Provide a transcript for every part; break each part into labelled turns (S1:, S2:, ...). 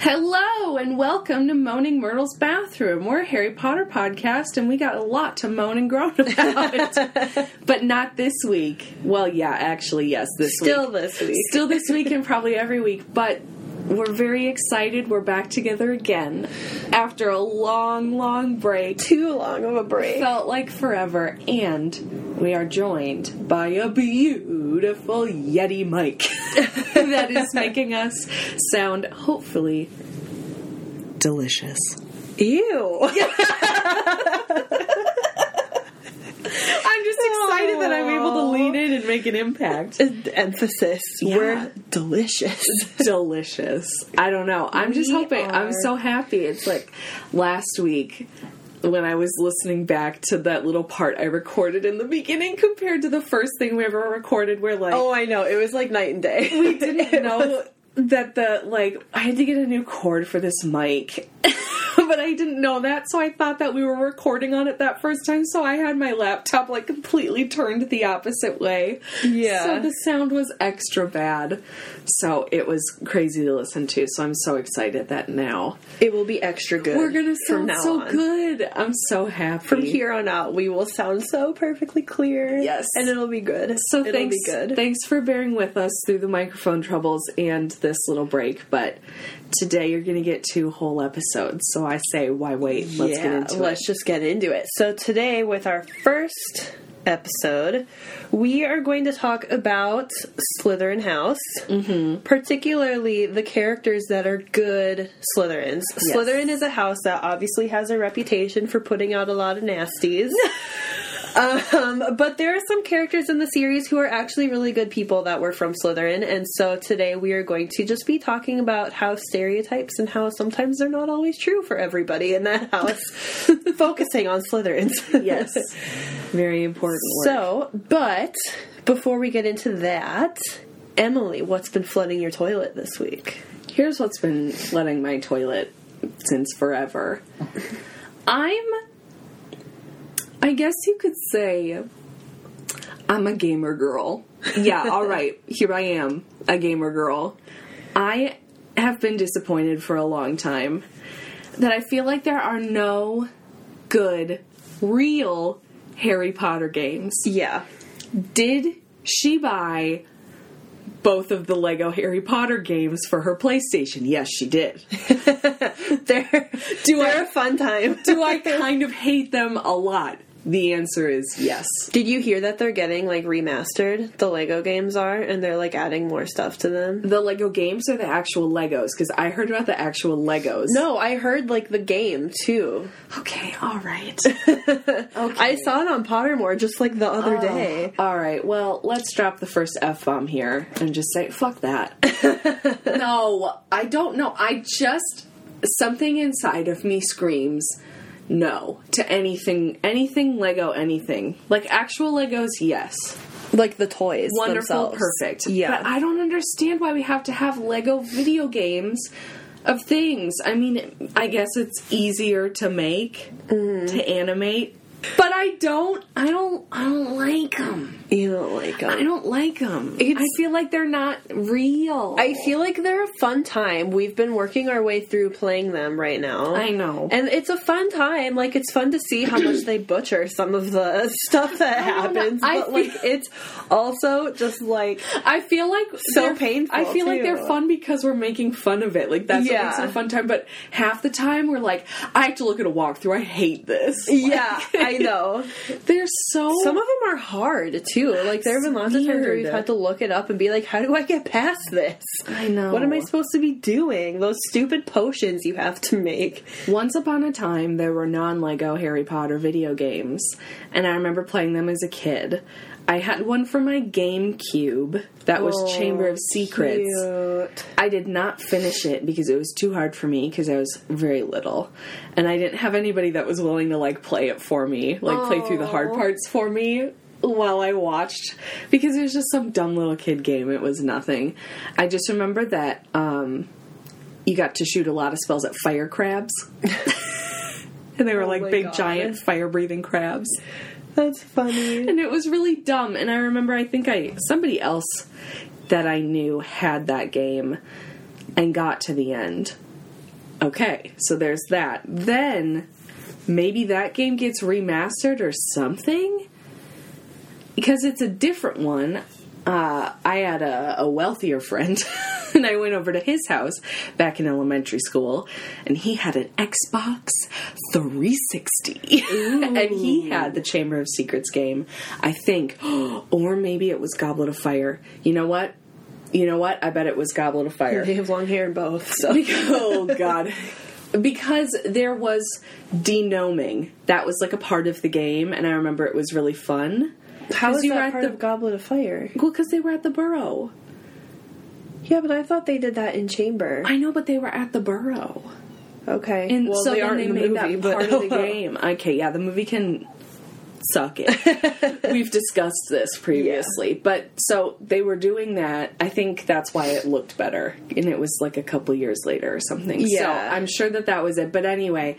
S1: Hello and welcome to Moaning Myrtle's Bathroom. We're a Harry Potter podcast and we got a lot to moan and groan about. but not this week. Well, yeah, actually, yes, this
S2: Still
S1: week.
S2: this week.
S1: Still this week and probably every week, but we're very excited. We're back together again after a long, long break.
S2: Too long of a break.
S1: Felt like forever, and we are joined by a beautiful Yeti mic that is making us sound hopefully delicious.
S2: Ew.
S1: I'm just excited that I'm able to
S2: Aw.
S1: lean in and make an impact.
S2: Emphasis. We're delicious.
S1: delicious. I don't know. I'm just
S2: We
S1: hoping. I'm
S2: are-
S1: so happy. It's like last week when I was listening back to that little part I recorded in the beginning compared to the first thing we ever recorded, where like
S2: Oh, I know. It was like night and day.
S1: we didn't know that the like I had to get a new cord for this mic. But I didn't know that, so I thought that we were recording on it that first time. So I had my laptop like completely turned the opposite way.
S2: Yeah.
S1: So the sound was extra bad. So it was crazy to listen to. So I'm so excited that now
S2: It will be extra good.
S1: we're gonna sound
S2: from now
S1: so
S2: on.
S1: good. I'm so happy
S2: From here on out, we will sound so perfectly clear.
S1: Yes.
S2: and it'll be good.
S1: So
S2: it'll
S1: thanks,
S2: be good.
S1: thanks for bearing with us through the microphone troubles and this little break. But today you're going to get two whole episodes, so I say, why wait? Let's
S2: yeah,
S1: get into
S2: let's just get into it. So today, with our first episode, we are going to talk about Slytherin House,
S1: Mm-hmm.
S2: particularly the characters that are good Slytherins. Slytherin is a house that obviously has a reputation for putting out a lot of nasties. Um, but there are some characters in the series who are actually really good people that were from Slytherin, and so today we are going to just be talking about how stereotypes and how sometimes they're not always true for everybody in that house, focusing on Slytherins.
S1: it. Yes, very important. Work.
S2: so, but before we get into that, Emily, what's been flooding your toilet this week?
S1: here's what's been flooding my toilet since forever. I'm, I guess you could say, I'm a gamer girl. Yeah, all right, here I am, a gamer girl. I have been disappointed for a long time that I feel like there are no good, real Harry Potter games
S2: Yeah.
S1: did she buy both of the Lego Harry Potter games for her PlayStation? Yes, she did.
S2: They're,
S1: Do
S2: they're
S1: I
S2: a fun time.
S1: do I kind of hate them a lot? The answer is yes.
S2: Did you hear that they're getting like remastered? The Lego games are, and they're like adding more stuff to them.
S1: The Lego games or the actual Legos? Because I heard about the actual Legos.
S2: No, I heard like the game too.
S1: Okay. All right.
S2: I saw it on Pottermore just like the other
S1: Oh.
S2: day.
S1: All right. Well, let's drop the first f bomb here and just say fuck that. no, I don't know. I just something inside of me screams no to anything, anything Lego, anything like actual Legos. Yes,
S2: Like the toys.
S1: wonderful,
S2: themselves.
S1: perfect.
S2: Yeah.
S1: but I don't understand why we have to have Lego video games of things. I mean, I guess it's easier to make to animate, but I don't. I don't. I don't like them.
S2: you don't like um,
S1: I
S2: them.
S1: don't like them.
S2: It's-
S1: I feel like they're not real.
S2: I feel like they're a fun time. We've been working our way through playing them right now.
S1: I know.
S2: And it's a fun time. Like it's fun to see how much they butcher some of the stuff that
S1: don't know.
S2: happens.
S1: I
S2: but
S1: feel-
S2: like it's also just like
S1: I feel like
S2: So
S1: they're-
S2: painful,
S1: I feel like
S2: too.
S1: they're fun because we're making fun of it. Like that's
S2: Yeah.
S1: what makes it a fun time. But half the time we're like, I have to look at a walkthrough. I hate this.
S2: Yeah, I know.
S1: They're so
S2: Some of them are hard too. Like there have been lots of times where
S1: Weird.
S2: we've had to look it up and be like, "How do I get past this?
S1: I know.
S2: What am I supposed to be doing? Those stupid potions you have to make."
S1: Once upon a time, there were non Lego Harry Potter video games, and I remember playing them as a kid. I had one for my GameCube that was Chamber of Secrets.
S2: Cute.
S1: I did not finish it because it was too hard for me because I was very little and I didn't have anybody that was willing to like play it for me, like play through the hard parts for me while I watched because it was just some dumb little kid game. It was nothing. I just remember that um you got to shoot a lot of spells at fire crabs. and they were like
S2: Oh my
S1: big
S2: God.
S1: giant fire breathing crabs
S2: That's funny.
S1: and it was really dumb and i remember i think i somebody else that i knew had that game and got to the end Okay, so there's that. Then maybe that game gets remastered or something? Because it's a different one. Uh, I had a, a wealthier friend, and I went over to his house back in elementary school, and he had an Xbox 360. and he had the Chamber of Secrets game, I think. or maybe it was Goblet of Fire. You know what? You know what? I bet it was Goblet of Fire.
S2: They have long hair in both, so
S1: Because- oh god because there was denoming that was like a part of the game and i remember it was really fun
S2: how is
S1: you
S2: that
S1: were at
S2: part
S1: the-
S2: of Goblet of Fire?
S1: well because they were at the burrow
S2: Yeah, but I thought they did that in Chamber.
S1: i know but they were at the burrow
S2: Okay,
S1: and
S2: well,
S1: so
S2: they
S1: then
S2: aren't
S1: they
S2: in the
S1: made
S2: movie,
S1: that
S2: but
S1: part of the game okay yeah the movie can suck it we've discussed this previously but so they were doing that i think that's why it looked better and it was like a couple years later or something
S2: Yeah.
S1: so i'm sure that that was it but anyway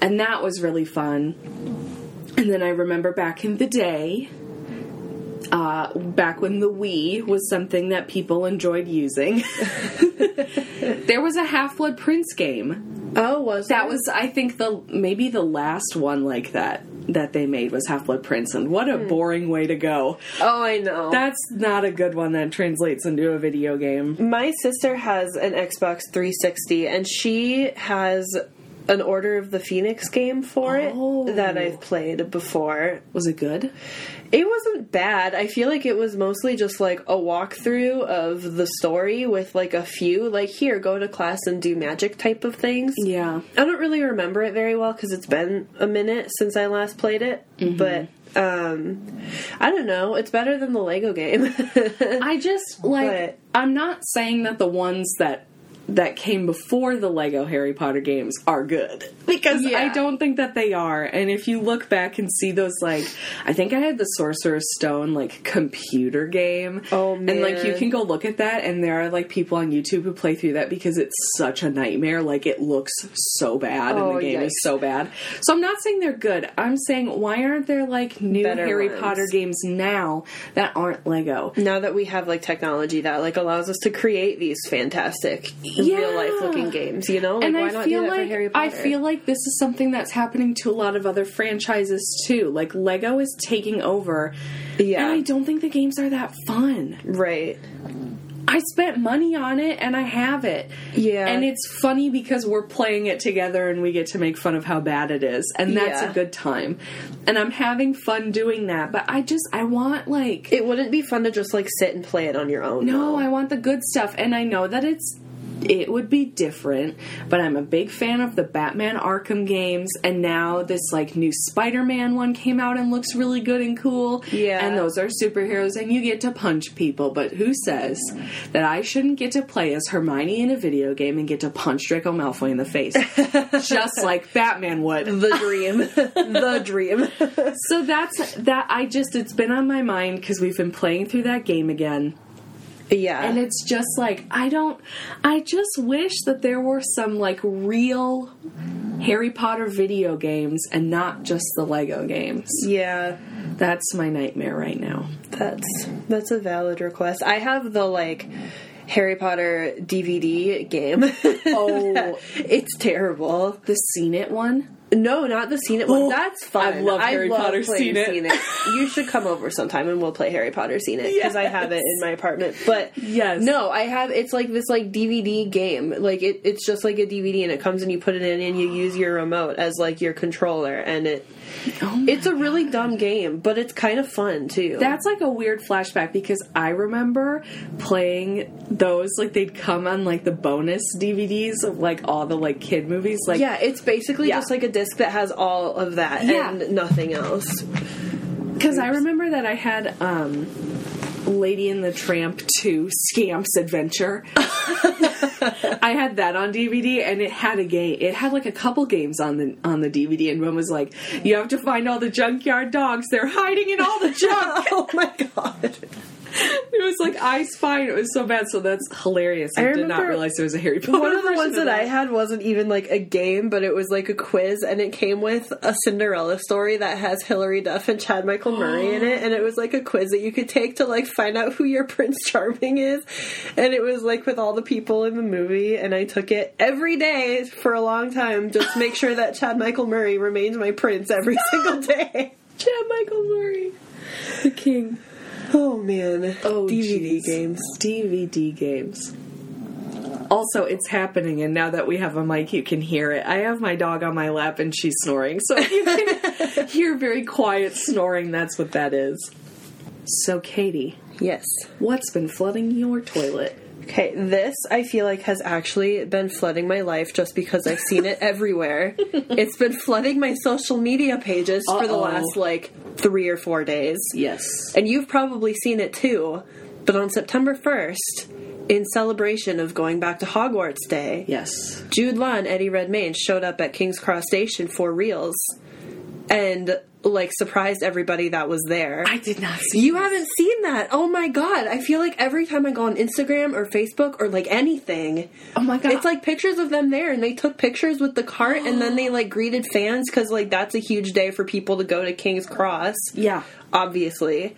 S1: and that was really fun and then i remember back in the day uh, back when the Wii was something that people enjoyed using, there was a Half Blood Prince game
S2: Oh, was
S1: that was, I think, the maybe the last one like that that they made was Half Blood Prince, and what a boring way to go.
S2: Oh, I know.
S1: That's not a good one that translates into a video game.
S2: My sister has an Xbox 360, and she has an Order of the Phoenix game for
S1: Oh.
S2: it that I've played before.
S1: Was it good?
S2: It wasn't bad. I feel like it was mostly just like a walkthrough of the story with like a few, like, here, go to class and do magic type of things.
S1: Yeah.
S2: I don't really remember it very well because it's been a minute since I last played it,
S1: Mm-hmm.
S2: but. Um, I don't know. It's better than the Lego game.
S1: I just like I'm not saying that the ones that that came before the Lego Harry Potter games are good because
S2: Yeah.
S1: I don't think that they are. And if you look back and see those like I think I had the Sorcerer's Stone like computer game.
S2: Oh,
S1: And like you
S2: man.
S1: can go look at that and there are like people on YouTube who play through that because it's such a nightmare. Like it looks so bad and
S2: Oh,
S1: the game
S2: yikes.
S1: is so bad. So I'm not saying they're good. I'm saying why aren't there like new
S2: Better
S1: Harry
S2: ones.
S1: Potter games now that aren't Lego?
S2: now that we have like technology that like allows us to create these fantastic
S1: Yeah.
S2: real life looking games, you know, like
S1: and
S2: why
S1: I
S2: not
S1: feel
S2: do that
S1: like
S2: for Harry Potter?
S1: I feel like this is something that's happening to a lot of other franchises too. Like Lego is taking over,
S2: yeah,
S1: and I don't think the games are that fun.
S2: right,
S1: I spent money on it, and I have it.
S2: yeah,
S1: And it's funny because we're playing it together and we get to make fun of how bad it is. And that's
S2: Yeah.
S1: a good time. And I'm having fun doing that. But I just, I want like,
S2: it wouldn't be fun to just like sit and play it on your own.
S1: no,
S2: though.
S1: I want the good stuff. And I know that it's, it would be different, but I'm a big fan of the Batman Arkham games. And now this like new Spider Man one came out and looks really good and cool.
S2: Yeah.
S1: And those are superheroes and you get to punch people. But who says that I shouldn't get to play as Hermione in a video game and get to punch Draco Malfoy in the face? just like Batman would.
S2: the dream, the dream.
S1: So that's that. I just, it's been on my mind because we've been playing through that game again.
S2: yeah,
S1: And it's just like, I don't, I just wish that there were some like real Harry Potter video games and not just the Lego games.
S2: yeah,
S1: That's my nightmare right now.
S2: that's that's a valid request. I have the like. Harry Potter DVD game.
S1: Oh.
S2: it's terrible.
S1: The Seen It one?
S2: No, not the Scene It one.
S1: Oh,
S2: That's fun.
S1: I love Harry Potter
S2: playing
S1: Scene It.
S2: Scene You should come over sometime and we'll play Harry Potter Scene It because I have it in my apartment. But
S1: Yes.
S2: no, I have. It's like this like DVD game. Like it, it's just like a DVD, and it comes and you put it in, and you use your remote as like your controller, and it.
S1: Oh my
S2: It's a really dumb game, but it's kind of fun too.
S1: That's like a weird flashback because I remember playing those like they'd come on like the bonus DVDs of like all the like kid movies like
S2: yeah, it's basically
S1: Yeah.
S2: just like a disc that has all of that
S1: Yeah.
S2: and nothing else.
S1: Because I remember that I had um, Lady in the Tramp 2 Scamps Adventure. I had that on DVD and it had a game. It had like a couple games on the on the DVD and one was like, you have to find all the junkyard dogs. They're hiding in all the junk.
S2: oh my god.
S1: It was like I Spy, and it was so bad. So that's hilarious. I,
S2: I
S1: did not
S2: remember
S1: realize there was a Harry Potter.
S2: One of the
S1: version
S2: ones that, I
S1: that
S2: had wasn't even like a game, but it was like a quiz, and it came with a Cinderella story that has Hilary Duff and Chad Michael Murray in it, and it was like a quiz that you could take to like find out who your Prince Charming is, and it was like with all the people in the movie, and I took it every day for a long time just to make sure that Chad Michael Murray remained my prince every single day.
S1: Chad Michael Murray, the king.
S2: Oh man,
S1: Oh,
S2: DVD
S1: jeez.
S2: games.
S1: DVD games. Also, it's happening, and now that we have a mic, you can hear it. I have my dog on my lap, and she's snoring, so if you can hear very quiet snoring. That's what that is. So, Katie,
S2: Yes.
S1: what's been flooding your toilet?
S2: Okay, this I feel like has actually been flooding my life just because I've seen it everywhere. It's been flooding my social media pages for the
S1: Uh-oh.
S2: last like three or four days.
S1: Yes.
S2: And you've probably seen it too, but on September 1st, in celebration of going back to Hogwarts Day,
S1: Yes.
S2: Jude Law and Eddie Redmayne showed up at King's Cross Station for reals and like surprised everybody that was there.
S1: I did not see
S2: You haven't seen that. Oh my god. I feel like every time I go on Instagram or Facebook or like anything,
S1: Oh my god!
S2: it's like pictures of them there and they took pictures with the cart and then they like greeted fans cuz like that's a huge day for people to go to King's Cross.
S1: yeah,
S2: Obviously.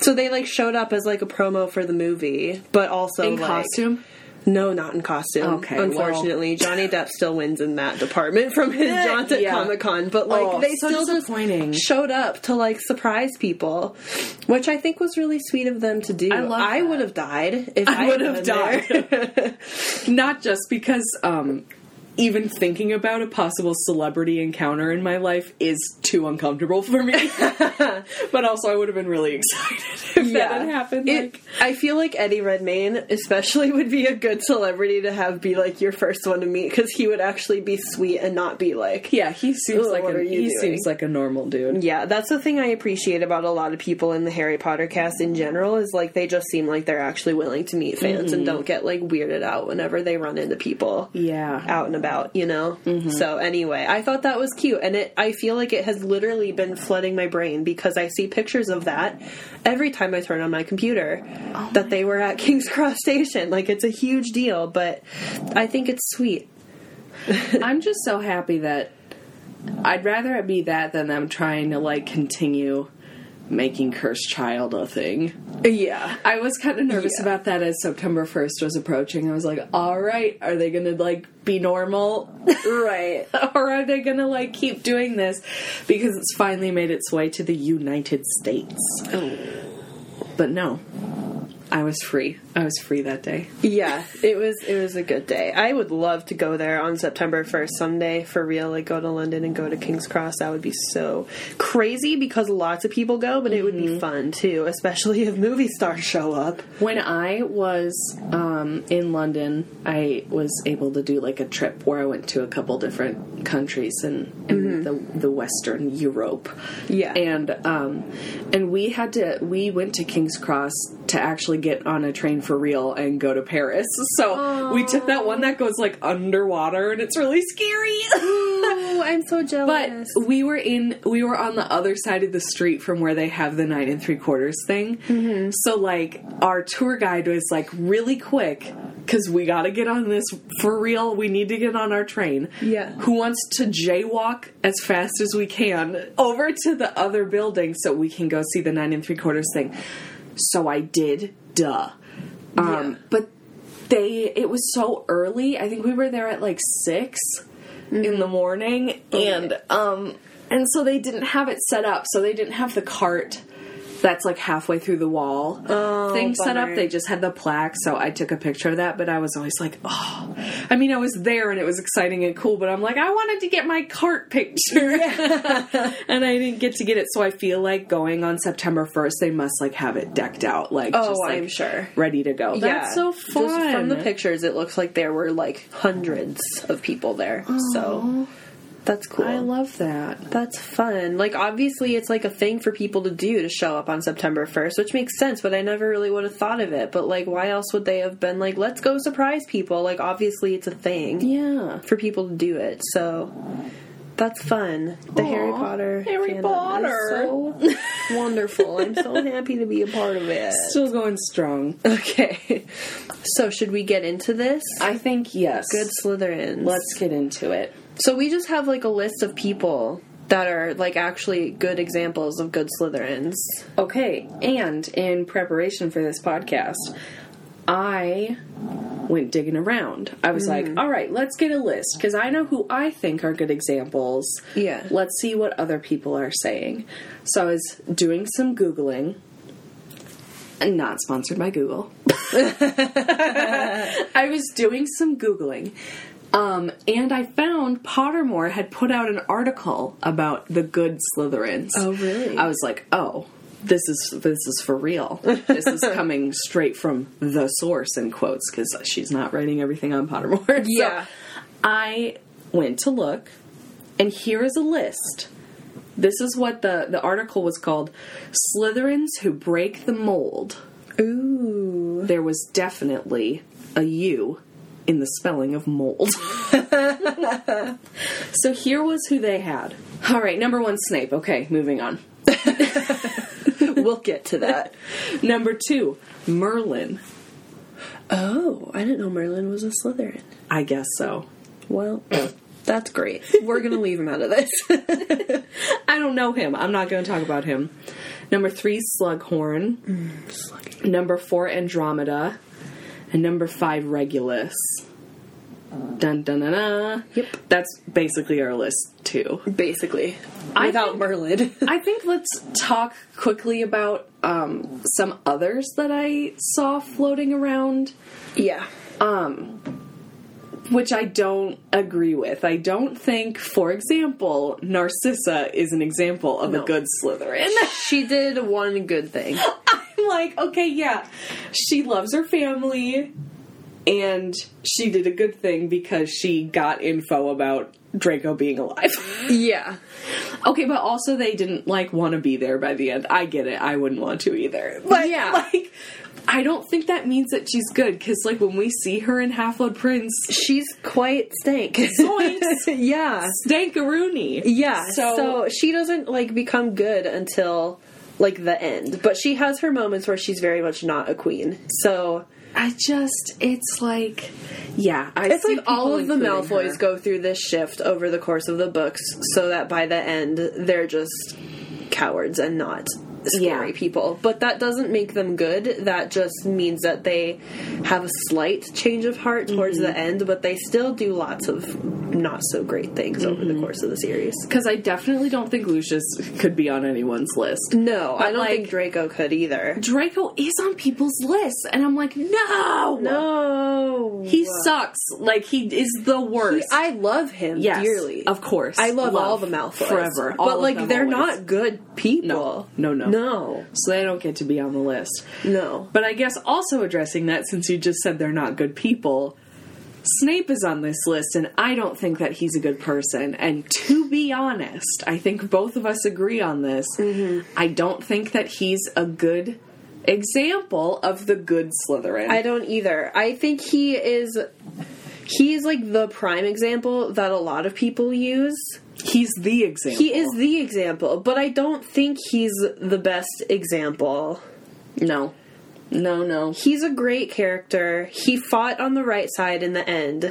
S2: So they like showed up as like a promo for the movie, but also
S1: in
S2: like-
S1: costume.
S2: No, not in costume.
S1: Okay,
S2: Unfortunately, Johnny Depp still wins in that department from his
S1: Eh,
S2: jaunt at
S1: yeah.
S2: Comic Con, but like
S1: Oh,
S2: they
S1: so
S2: still just
S1: disappointing.
S2: showed up to like surprise people, which I think was really sweet of them to do. I,
S1: love that.
S2: would have died if
S1: I
S2: I,
S1: would
S2: had
S1: have
S2: been there.
S1: died. Not just because um, even thinking about a possible celebrity encounter in my life is too uncomfortable for me. but also, I would have been really excited if that had happened.
S2: It-
S1: like,
S2: I feel like Eddie Redmayne, especially, would be a good celebrity to have be like your first one to meet because he would actually be sweet and not be like
S1: yeah, he seems
S2: Ugh,
S1: like
S2: what
S1: a,
S2: are you
S1: he
S2: doing?
S1: seems like a normal dude.
S2: Yeah, that's the thing I appreciate about a lot of people in the Harry Potter cast in general is like they just seem like they're actually willing to meet fans and don't get like weirded out whenever they run into people
S1: Yeah,
S2: out and about, you know. So anyway, I thought that was cute and it I feel like it has literally been flooding my brain because I see pictures of that every time I turn on my computer that they were at King's Cross Station. Like it's a huge deal, but I think it's sweet.
S1: I'm just so happy that I'd rather it be that than them trying to like continue making cursed child a thing.
S2: Yeah.
S1: I was kind of nervous
S2: Yeah.
S1: about that as September 1st was approaching. I was like, all right, are they going to like be normal?
S2: Right.
S1: or are they going to like keep doing this because it's finally made its way to the United States? But no. I was free. I was free that day.
S2: yeah it was it was a good day i would love to go there on september 1st someday for real like go to london and go to king's cross that would be so crazy because lots of people go but it would be fun too especially if movie stars show up
S1: When I was um, in London, I was able to do like a trip where I went to a couple different countries in, in the, the Western Europe.
S2: Yeah.
S1: and um, and we had to we went to King's Cross to actually get on a train for real and go to Paris. So we took that one that goes like underwater, and it's really scary.
S2: oh i'm so
S1: But
S2: jealous
S1: we were in, we were on the other side of the street from where they have the nine and three quarters thing.
S2: Mm-hmm.
S1: So like our tour guide was like really quick because we got to get on this for real. We need to get on our train.
S2: Yeah.
S1: Who wants to jaywalk as fast as we can over to the other building so we can go see the nine and three quarters thing? So I did. Duh. Um,
S2: Yeah.
S1: But they, it was so early. I think we were there at like 6
S2: Mm-hmm.
S1: in the morning, and um, and so they didn't have it set up. So they didn't have the cart that's like halfway through the wall thing set up.
S2: Oh, bummer.
S1: They just had the plaque. So I took a picture of that. But I was always like, oh, I mean, I was there and it was exciting and cool. But I'm like, I wanted to get my cart picture, and I didn't get to get it. So I feel like going on September 1st, they must like have it decked out, like
S2: Oh,
S1: just, like,
S2: I'm sure.
S1: ready to go. That's so
S2: Just
S1: fun.
S2: from the pictures it looks like there were like hundreds of people there so that's cool
S1: I love that.
S2: That's fun. Like, obviously, it's like a thing for people to do to show up on September 1st, which makes sense, but I never really would have thought of it. But, like, why else would they have been like, let's go surprise people? Like, obviously, it's a thing
S1: Yeah.
S2: for people to do it. So, that's fun. The Harry Potter.
S1: Harry
S2: fandom is
S1: Potter.
S2: so Wonderful. I'm so happy to be a part of it.
S1: Still going strong.
S2: Okay. So, should we get into this?
S1: I think yes.
S2: Good Slytherins.
S1: Let's get into it.
S2: So, we just have like a list of people that are like actually good examples of good Slytherins.
S1: Okay, and in preparation for this podcast, I went digging around. I was
S2: Mm-hmm.
S1: like, all right, let's get a list because I know who I think are good examples.
S2: Yeah.
S1: Let's see what other people are saying. So I was doing some Googling. And not sponsored by Google. I was doing some Googling. Um, and I found Pottermore had put out an article about the good Slytherins.
S2: Oh, really?
S1: I was like, oh, this is this is for real. This is coming straight from the source in quotes because she's not writing everything on Pottermore. So
S2: Yeah.
S1: I went to look, and here is a list. This is what the the article was called: Slytherins who break the mold.
S2: Ooh.
S1: There was definitely a U in the spelling of mold. so here was who they had. All right, number one, Snape. Okay, moving on.
S2: we'll get to that.
S1: Number two, Merlin.
S2: Oh, I didn't know Merlin was a Slytherin.
S1: I guess so.
S2: Well, that's great. We're going to leave him out of this.
S1: I don't know him. I'm not going to talk about him. Number three, Slughorn. Number four, Andromeda. And number five, Regulus. Dun dun dun dun.
S2: Yep.
S1: That's basically our list, too.
S2: Basically.
S1: I
S2: Without
S1: think-
S2: Merlin.
S1: I think let's talk quickly about um, some others that I saw floating around.
S2: yeah.
S1: which I don't agree with. I don't think, for example, Narcissa is an example of a good Slytherin.
S2: She did one good thing.
S1: I'm like, okay, yeah, she loves her family, and she did a good thing because she got info about Draco being alive.
S2: Yeah.
S1: okay, but also they didn't like want to be there by the end. I get it. I wouldn't want to either. But
S2: Yeah.
S1: like. I don't think that means that she's good because, like, when we see her in Half Blood Prince,
S2: She's quite stank.
S1: Zoinks.
S2: yeah.
S1: Stankaroonie.
S2: Yeah.
S1: So-
S2: So, she doesn't like become good until like the end. But she has her moments where she's very much not a queen. So
S1: I just, it's like, yeah, I
S2: it's
S1: see
S2: like
S1: people
S2: all of the
S1: including
S2: Malfoys
S1: her.
S2: go through this shift over the course of the books so that by the end they're just cowards and not scary
S1: Yeah.
S2: people. But that doesn't make them good. That just means that they have a slight change of heart towards the end, but they still do lots of not so great things over the course of the series.
S1: Because I definitely don't think Lucius could be on anyone's list.
S2: No, I
S1: But,
S2: don't
S1: like-
S2: think Draco could either.
S1: Draco is on people's lists, and I'm like, no,
S2: No,
S1: he sucks. Like he is the worst.
S2: I love him
S1: Yes,
S2: dearly,
S1: of course.
S2: I love, all
S1: Love
S2: the Malfoys
S1: forever. All
S2: but
S1: of
S2: like
S1: them,
S2: they're
S1: always.
S2: not good people.
S1: No, no, no.
S2: no,
S1: so they don't get to be on the list.
S2: no.
S1: But I guess also addressing that, since you just said they're not good people, Snape is on this list, and I don't think that he's a good person. And to be honest, I think both of us agree on this.
S2: Mm-hmm.
S1: I don't think that he's a good example of the good Slytherin.
S2: I don't either. I think he is. He is like the prime example that a lot of people use.
S1: he's the example.
S2: He is the example, but I don't think he's the best example.
S1: no, no, no.
S2: he's a great character. He fought on the right side in the end.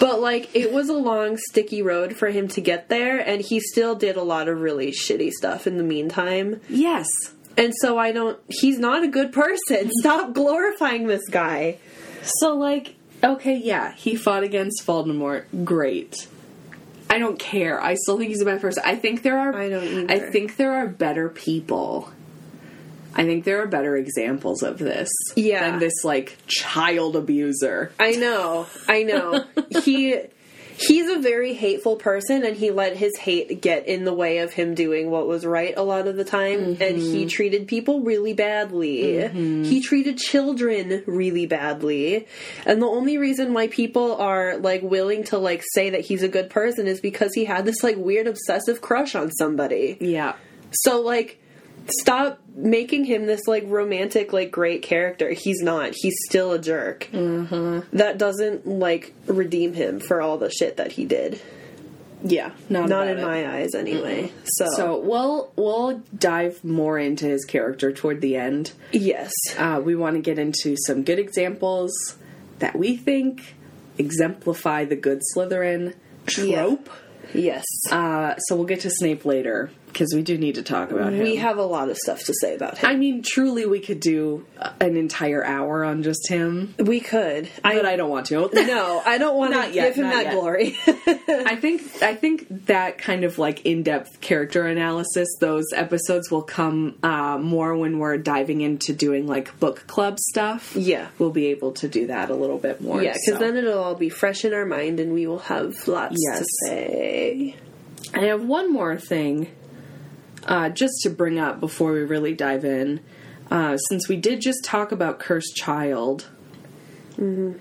S2: but like it was a long sticky road for him to get there and he still did a lot of really shitty stuff in the meantime.
S1: Yes,
S2: And so I don't he's not a good person. Stop glorifying this guy.
S1: So, like, okay, yeah, he fought against Voldemort. Great. I don't care. I still think he's a bad person. I think there are.
S2: I don't
S1: I
S2: either.
S1: think there are better people. I think there are better examples of this.
S2: Yeah.
S1: Than this like child abuser.
S2: I know. I know. he he's a very hateful person and he let his hate get in the way of him doing what was right a lot of the time and he treated people really badly. He treated children really badly. And the only reason why people are like willing to like say that he's a good person is because he had this like weird obsessive crush on somebody.
S1: Yeah.
S2: So like stop making him this like romantic like great character. He's not. He's still a jerk.
S1: Mm-hmm.
S2: That doesn't like redeem him for all the shit that he did.
S1: Yeah, not
S2: Not
S1: about
S2: in
S1: it.
S2: my eyes, anyway. So,
S1: So we'll we'll dive more into his character toward the end.
S2: yes,
S1: Uh, we want to get into some good examples that we think exemplify the good Slytherin trope.
S2: yes,
S1: Uh, so we'll get to Snape later because we do need to talk about him.
S2: we have a lot of stuff to say about him.
S1: I mean, truly, we could do uh, an entire hour on just him,
S2: we could.
S1: but I don't want to.
S2: no, I don't want to
S1: Not yet,
S2: give him
S1: not
S2: that
S1: yet.
S2: glory.
S1: I think I think that kind of like in-depth character analysis, those episodes will come uh, more when we're diving into doing like book club stuff.
S2: Yeah.
S1: we'll be able to do that a little bit more.
S2: yeah,
S1: so.
S2: because then it'll all be fresh in our mind, and we will have lots to
S1: Yes.
S2: say.
S1: I have one more thing uh, just to bring up before we really dive in. Uh, since we did just talk about Cursed Child,
S2: Mm-hmm.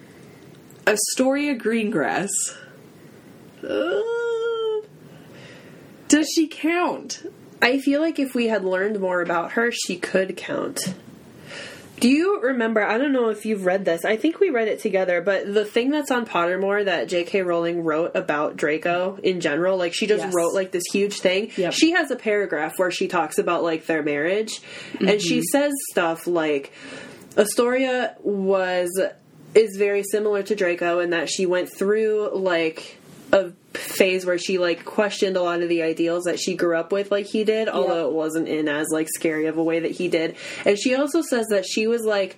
S1: Astoria Greengrass. Uh, does she count?
S2: I feel like if we had learned more about her, she could count. Do you remember? I don't know if you've read this. I think we read it together, but the thing that's on Pottermore that J.K. Rowling wrote about Draco in general, like she just
S1: Yes.
S2: wrote like this huge thing.
S1: Yep.
S2: She has a paragraph where she talks about like their marriage, and she
S1: Mm-hmm.
S2: says stuff like Astoria was is very similar to Draco in that she went through like a phase where she like questioned a lot of the ideals that she grew up with like he did although it wasn't in as like scary of a way that he did and she also says that she was like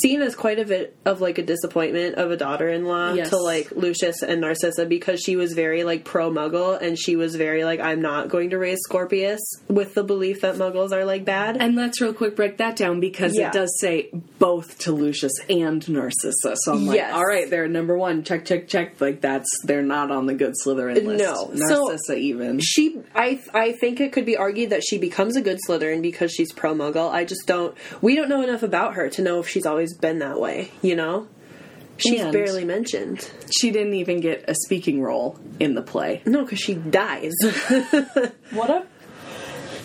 S2: seen as quite a bit of like a disappointment of a daughter-in-law
S1: Yes.
S2: to like lucius and narcissa because she was very like pro muggle and she was very like i'm not going to raise scorpius with the belief that muggles are like bad
S1: And let's real quick break that down because
S2: Yeah.
S1: it does say both to Lucius and Narcissa. So I'm like,
S2: Yes.
S1: all right, they're number one. Check, check, check. Like that's they're not on the good Slytherin list.
S2: No. So-
S1: Narcissa even.
S2: she I I think it could be argued that she becomes a good Slytherin because she's pro Muggle. I just don't we don't know enough about her to know if she's always been that way, you know? She's
S1: And-
S2: barely mentioned.
S1: she didn't even get a speaking role in the play.
S2: No, cuz she dies.
S1: What a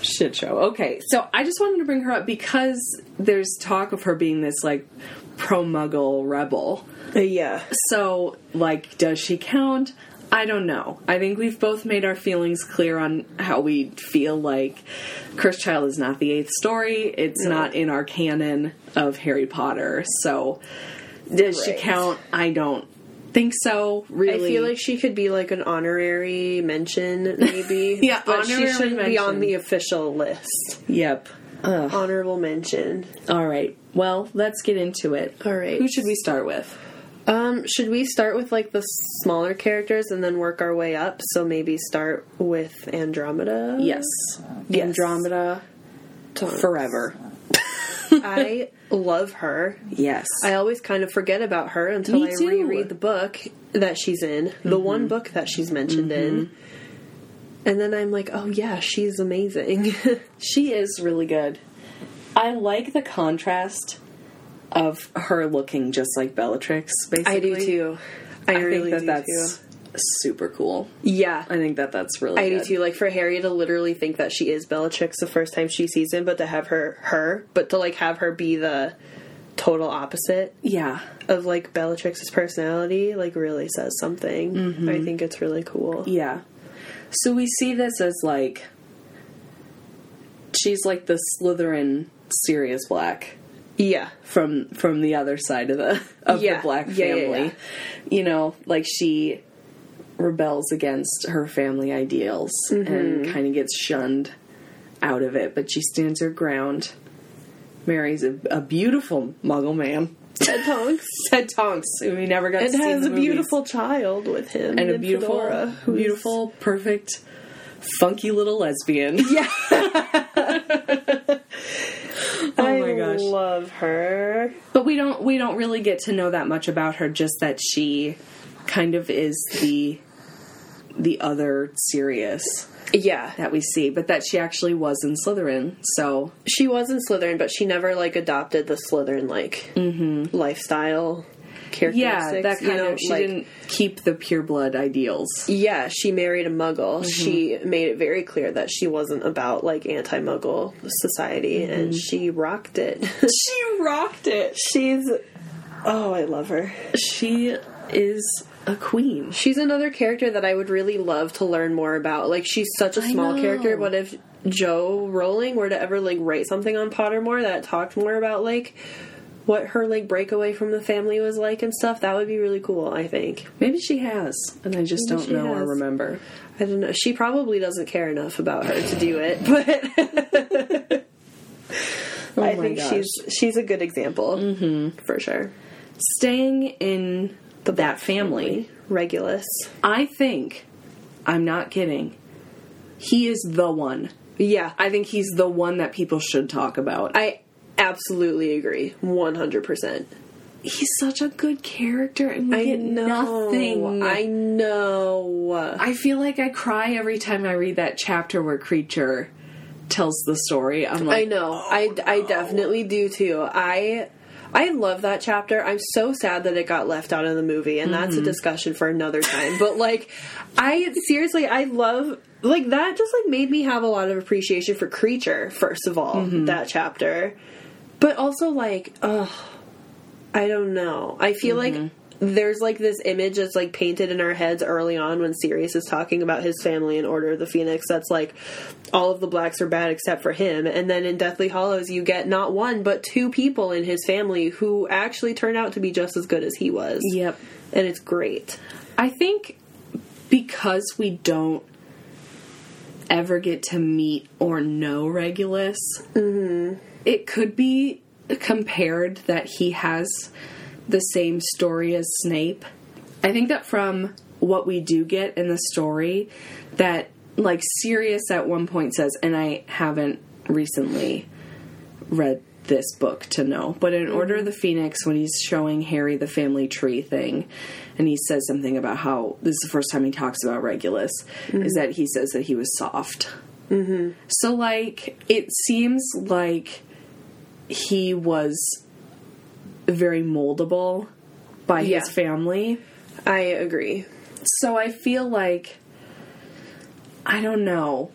S1: shit show. Okay, so I just wanted to bring her up because there's talk of her being this like pro muggle rebel.
S2: yeah.
S1: So, like, does she count? I don't know. I think we've both made our feelings clear on how we feel like Cursed Child is not the eighth story. It's not in our canon of Harry Potter. So, does she
S2: Right.
S1: count? I don't think so,
S2: I
S1: really.
S2: feel like she could be like an honorary mention maybe.
S1: Yeah,
S2: but she
S1: honorary
S2: shouldn't be on
S1: mention.
S2: the official list.
S1: Yep.
S2: Honorable mention.
S1: All right. Well, let's get into it.
S2: All right.
S1: Who should we start with?
S2: Um, should we start with like the smaller characters and then work our way up? So maybe start with Andromeda.
S1: Yes.
S2: Yes.
S1: Andromeda forever.
S2: I love her.
S1: Yes.
S2: I always kind of forget about her until
S1: Me
S2: I
S1: too. Mm-hmm.
S2: reread the book that she's in, the one book that she's mentioned in. And then I'm like, oh yeah, she's amazing.
S1: she is really good. I like the contrast of her looking just like Bellatrix, basically.
S2: I,
S1: I
S2: really
S1: think
S2: do
S1: that that's
S2: too.
S1: super cool.
S2: Yeah.
S1: I think that that's really
S2: I do
S1: good.
S2: too. Like for Harry to literally think that she is Bellatrix the first time she sees him, but to have her her, but to like have her be the total opposite
S1: Yeah.
S2: of like Bellatrix's personality, like really says something.
S1: Mm-hmm.
S2: I think it's really cool.
S1: Yeah. So we see this as like she's like the Slytherin Sirius Black.
S2: Yeah.
S1: from from the other side of the of
S2: Yeah.
S1: the black
S2: Yeah, yeah,
S1: family. You know, like she rebels against her family ideals and kind of gets shunned out of it, but she stands her ground. Marries a, a beautiful Muggle man,
S2: Ted Tonks.
S1: Ted Tonks, who we never got
S2: and
S1: to see. in
S2: has
S1: the
S2: a
S1: movies.
S2: beautiful child with him
S1: and a
S2: in
S1: beautiful, uh,
S2: Fedora, who's-
S1: beautiful, perfect, funky little lesbian.
S2: yeah
S1: Oh my gosh.
S2: i love her
S1: But we don't we don't really get to know that much about her. Just that she kind of is the the other Sirius
S2: yeah
S1: that we see, but that she actually was in Slytherin. So
S2: she was in slytherin but she never like adopted the slytherin like lifestyle
S1: Mm-hmm. yeah,
S2: characteristics
S1: that kind
S2: you know,
S1: of she
S2: like-
S1: didn't keep the pure blood ideals.
S2: yeah, she married a muggle.
S1: Mm-hmm.
S2: She made it very clear that she wasn't about like anti muggle society and she rocked it.
S1: She Mm-hmm. rocked it.
S2: She's oh, I love her.
S1: She is a queen.
S2: She's another character that I would really love to learn more about. Like she's such a small
S1: know.
S2: character. What if Joe Rowling were to ever like write something on Pottermore that talked more about like what her like breakaway from the family was like and stuff? That would be really cool, I think.
S1: Maybe she has, and I just
S2: Maybe
S1: don't
S2: she
S1: know or
S2: has.
S1: remember.
S2: I don't know. She probably doesn't care enough about her to do it, but
S1: Oh
S2: I
S1: my
S2: think
S1: gosh.
S2: she's she's a good example mm-hmm. for sure.
S1: staying in that family.
S2: Regulus.
S1: I think I'm not kidding. He is the one.
S2: Yeah, I,
S1: I think he's the one that people should talk about.
S2: I absolutely agree, one hundred percent.
S1: he's such a good character, and we
S2: I
S1: get
S2: know.
S1: nothing.
S2: I know.
S1: I feel like I cry every time I read that chapter where Creature tells the story. I'm
S2: I
S1: like,
S2: know. I, I definitely do too. I I love that chapter. I'm so sad that it got left out of the movie, and
S1: Mm-hmm.
S2: that's a discussion for another time. but like, I seriously, I love like that. Just like made me have a lot of appreciation for Creature. First of all,
S1: Mm-hmm.
S2: that chapter, but also like, ugh, I don't know. I feel like. There's like this image that's like painted in our heads early on when Sirius is talking about his family in Order of the Phoenix. That's like all of the blacks are bad except for him. And then in Deathly Hollows, you get not one but two people in his family who actually turn out to be just as good as he was.
S1: yep.
S2: and it's great.
S1: I think because we don't ever get to meet or know Regulus,
S2: Mm-hmm.
S1: it could be compared that he has the same story as Snape. I think that from what we do get in the story, that like Sirius at one point says, and I haven't recently read this book to know. But in Order of the Phoenix, when he's showing Harry the family tree thing, and he says something about how this is the first time he talks about Regulus, is that he says that he was soft. Mm-hmm. So, like, it seems like he was very moldable by
S2: Yeah.
S1: his family.
S2: I agree.
S1: So I feel like I don't know.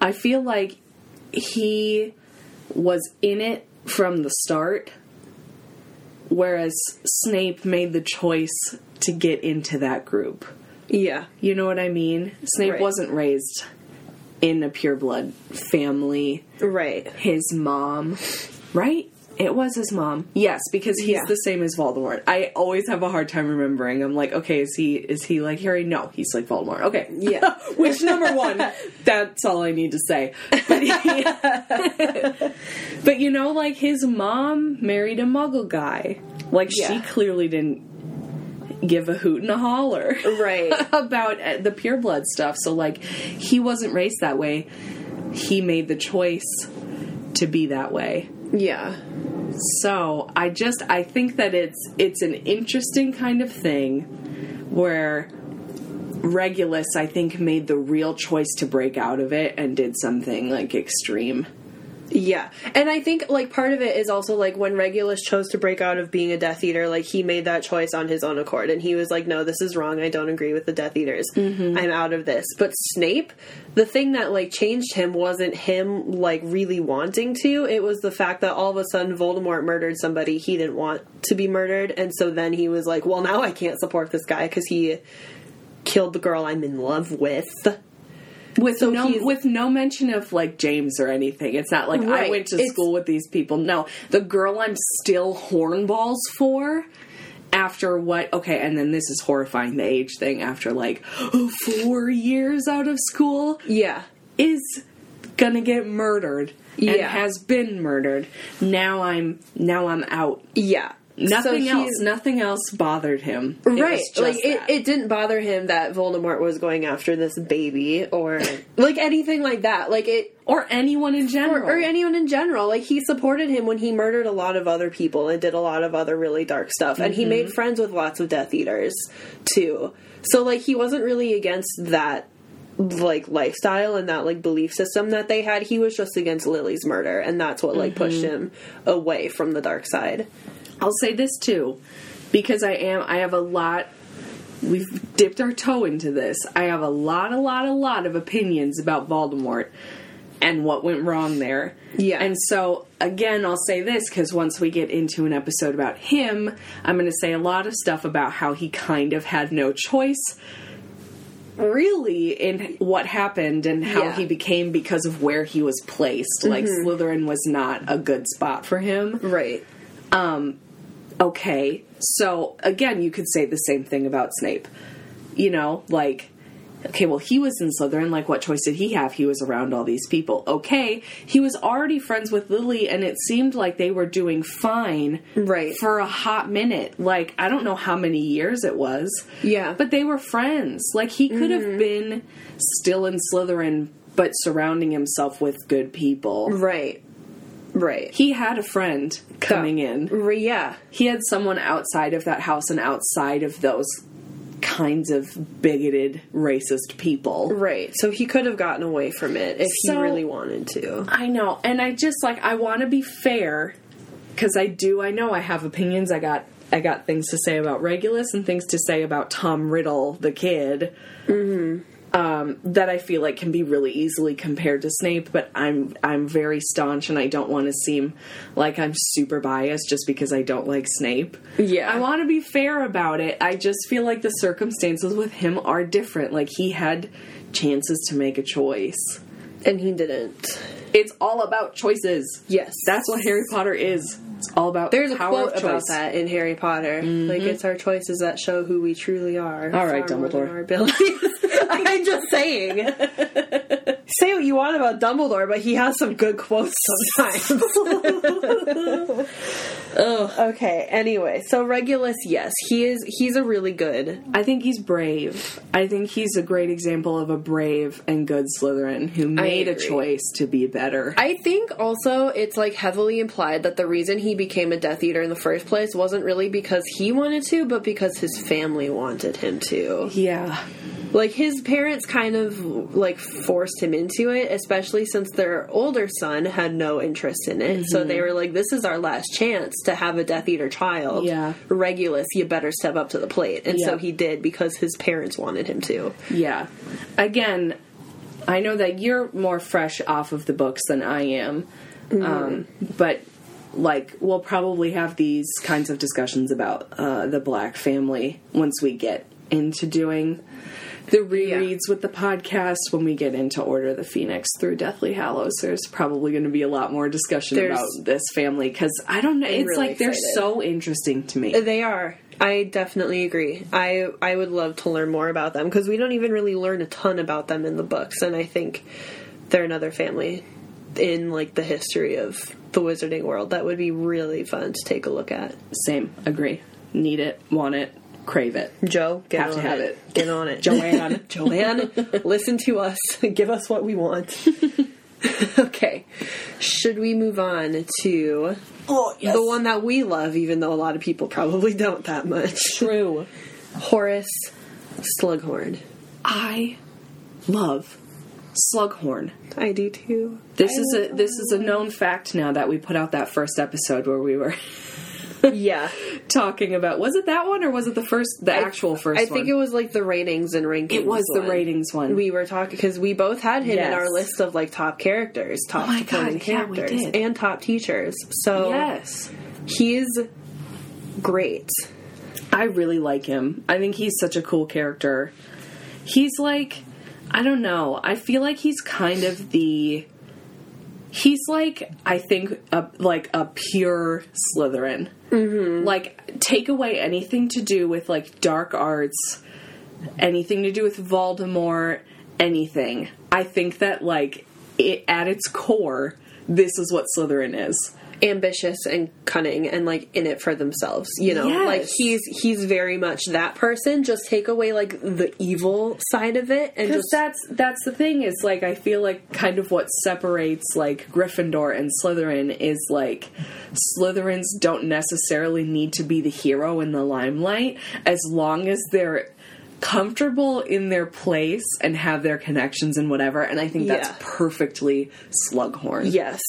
S1: I feel like he was in it from the start whereas Snape made the choice to get into that group.
S2: Yeah.
S1: You know what I mean? Snape
S2: Right.
S1: wasn't raised in a pureblood family
S2: Right.
S1: his mom, right? It was his mom. Yes, because he's
S2: Yeah.
S1: the same as Voldemort. I always have a hard time remembering. I'm like, okay, is he is he like Harry? No, he's like Voldemort. Okay,
S2: Yeah.
S1: Which number one? That's all I need to say. But, he- but you know, like his mom married a Muggle guy. Like she
S2: Yeah.
S1: clearly didn't give a hoot and a holler
S2: Right.
S1: about uh, the pureblood stuff. So like he wasn't raised that way. He made the choice to be that way.
S2: yeah.
S1: So I just I think that it's it's an interesting kind of thing where Regulus I think made the real choice to break out of it and did something like extreme.
S2: Yeah. And I think like part of it is also like when Regulus chose to break out of being a Death Eater, like he made that choice on his own accord and he was like, "No, this is wrong. I don't agree with the Death Eaters. I'm out of this." But Snape, the thing that like changed him wasn't him like really wanting to. It was the fact that all of a sudden Voldemort murdered somebody he didn't want to be murdered, and so then he was like, "Well, now I can't support this guy cuz he killed the girl I'm in love with."
S1: With no
S2: he's-
S1: with no mention of like James or anything. It's not like I
S2: Right.
S1: went to
S2: It's-
S1: school with these people. No, the girl I'm still hornballs for after what okay and then this is horrifying the age thing after like four years out of school
S2: Yeah.
S1: is gonna get murdered and
S2: Yeah.
S1: has been murdered. Now I'm now I'm out.
S2: Yeah.
S1: Nothing
S2: So
S1: else.
S2: he's-
S1: Nothing else bothered him. It was
S2: right
S1: just
S2: like it,
S1: that.
S2: it didn't bother him that voldemort was going after this baby or like anything like that like it
S1: or anyone in
S2: or,
S1: general.
S2: or anyone in general like he supported him when he murdered a lot of other people and did a lot of other really dark stuff and he
S1: Mm-hmm.
S2: made friends with lots of death eaters too so like he wasn't really against that like lifestyle and that like belief system that they had he was just against lily's murder and that's what like pushed
S1: Mm-hmm.
S2: him away from the dark side
S1: I'll say this too, because I am I have a lot we've dipped our toe into this. I have a lot, a lot, a lot of opinions about Voldemort. and what went wrong there.
S2: Yeah.
S1: And so, again, I'll say this because once we get into an episode about him, I'm going to say a lot of stuff about how he kind of had no choice, really, in what happened and how
S2: Yeah. Mm-hmm.
S1: he became because of where he was placed. Like, Slytherin was not a good spot for him.
S2: Right.
S1: Okay. So, again, you could say the same thing about Snape. You know, like, okay, well, he was in Slytherin. Like, what choice did he have? He was around all these people. Okay. He was already friends with Lily, and it seemed like they were doing fine
S2: Right.
S1: for a hot minute. Like, I don't know how many years it was.
S2: Yeah. Mm-hmm.
S1: But they were friends. Like, he could have been still in Slytherin, but surrounding himself with good people.
S2: Right. Right.
S1: He had a friend coming in
S2: Re- Yeah.
S1: he had someone outside of that house and outside of those kinds of bigoted racist people
S2: Right. So he could have gotten away from it if he
S1: So-
S2: really wanted to.
S1: i know and i just like i want to be fair because i do i know i have opinions i got i got things to say about regulus and things to say about tom riddle the kid um, that i feel like can be really easily compared to snape but i'm i'm very staunch and i don't want to seem like i'm super biased just because i don't like snape
S2: Yeah.
S1: I want to be fair about it. I just feel like the circumstances with him are different. Like he had chances to make a choice.
S2: and he didn't.
S1: It's all about choices.
S2: Yes.
S1: That's what Harry Potter is. It's all about
S2: There's a
S1: power
S2: quote
S1: of
S2: about
S1: choice.
S2: that in Harry Potter. Like it's our choices that show who we truly are.
S1: All right,
S2: far more than
S1: Dumbledore.
S2: Our abilities. I'm just saying. Say what you want about Dumbledore, but he has some good quotes sometimes. Okay. Anyway, so Regulus, yes, he is. He's a really good.
S1: I think he's brave. I think he's a great example of a brave and good Slytherin who made a
S2: agree.
S1: choice to be better.
S2: I think also it's like heavily implied that the reason he became a Death Eater in the first place wasn't really because he wanted to, but because his family wanted him to.
S1: yeah.
S2: like his parents kind of like forced him into it especially since their older son had no interest in it so
S1: Mm-hmm.
S2: they were like this is our last chance to have a death eater child
S1: Yeah.
S2: regulus you better step up to the plate and so
S1: Yeah.
S2: he did because his parents wanted him to
S1: Yeah. Again, I know that you're more fresh off of the books than I am,
S2: Mm-hmm.
S1: um, but like we'll probably have these kinds of discussions about uh, the Black family once we get into doing the rereads with the podcast. When we get into Order of the Phoenix through Deathly Hallows, there's probably going to be a lot more discussion
S2: There's-
S1: about this family because I don't know. It's
S2: really
S1: like they're
S2: excited.
S1: so interesting to me.
S2: they are i definitely agree i i would love to learn more about them because we don't even really learn a ton about them in the books and i think they're another family in like the history of the wizarding world that would be really fun to take a look at
S1: Same, agree. Need it, want it, crave it.
S2: Joe, get
S1: Have
S2: on
S1: to have
S2: it.
S1: it.
S2: Get on it.
S1: Joanne.
S2: Joanne, listen to us. Give us what we want. okay. Should we move on to
S1: Oh, yes.
S2: the one that we love, even though a lot of people probably don't that much?
S1: true.
S2: Horace Slughorn.
S1: I love Slughorn.
S2: I do too.
S1: This is a this is a known fact now that we put out that first episode where we were
S2: Yeah.
S1: talking about was it that one or was it the first the actual first
S2: I think it was like the ratings and rankings.
S1: was the
S2: one.
S1: ratings one.
S2: We were talking because we both had him in
S1: Yes. Oh
S2: our list of like top characters, top
S1: my God,
S2: performing
S1: yeah, we
S2: characters,
S1: did.
S2: and top teachers. So
S1: yes.
S2: he's great.
S1: I really like him. I think he's such a cool character. He's like I don't know. I feel like he's kind of the he's like I think a, like a pure Slytherin. Mm-hmm. Like take away anything to do with like dark arts, anything to do with Voldemort, anything. I think that like it, at its core, this is what Slytherin is.
S2: ambitious and cunning and like in it for themselves you know
S1: Yes.
S2: like he's he's very much that person just take away like the evil side of it and
S1: Because
S2: just
S1: that's that's the thing is like I feel like kind of what separates like Gryffindor and Slytherin is like Slytherins don't necessarily need to be the hero in the limelight as long as they're comfortable in their place and have their connections and whatever and I think that's
S2: Yeah.
S1: perfectly Slughorn.
S2: yes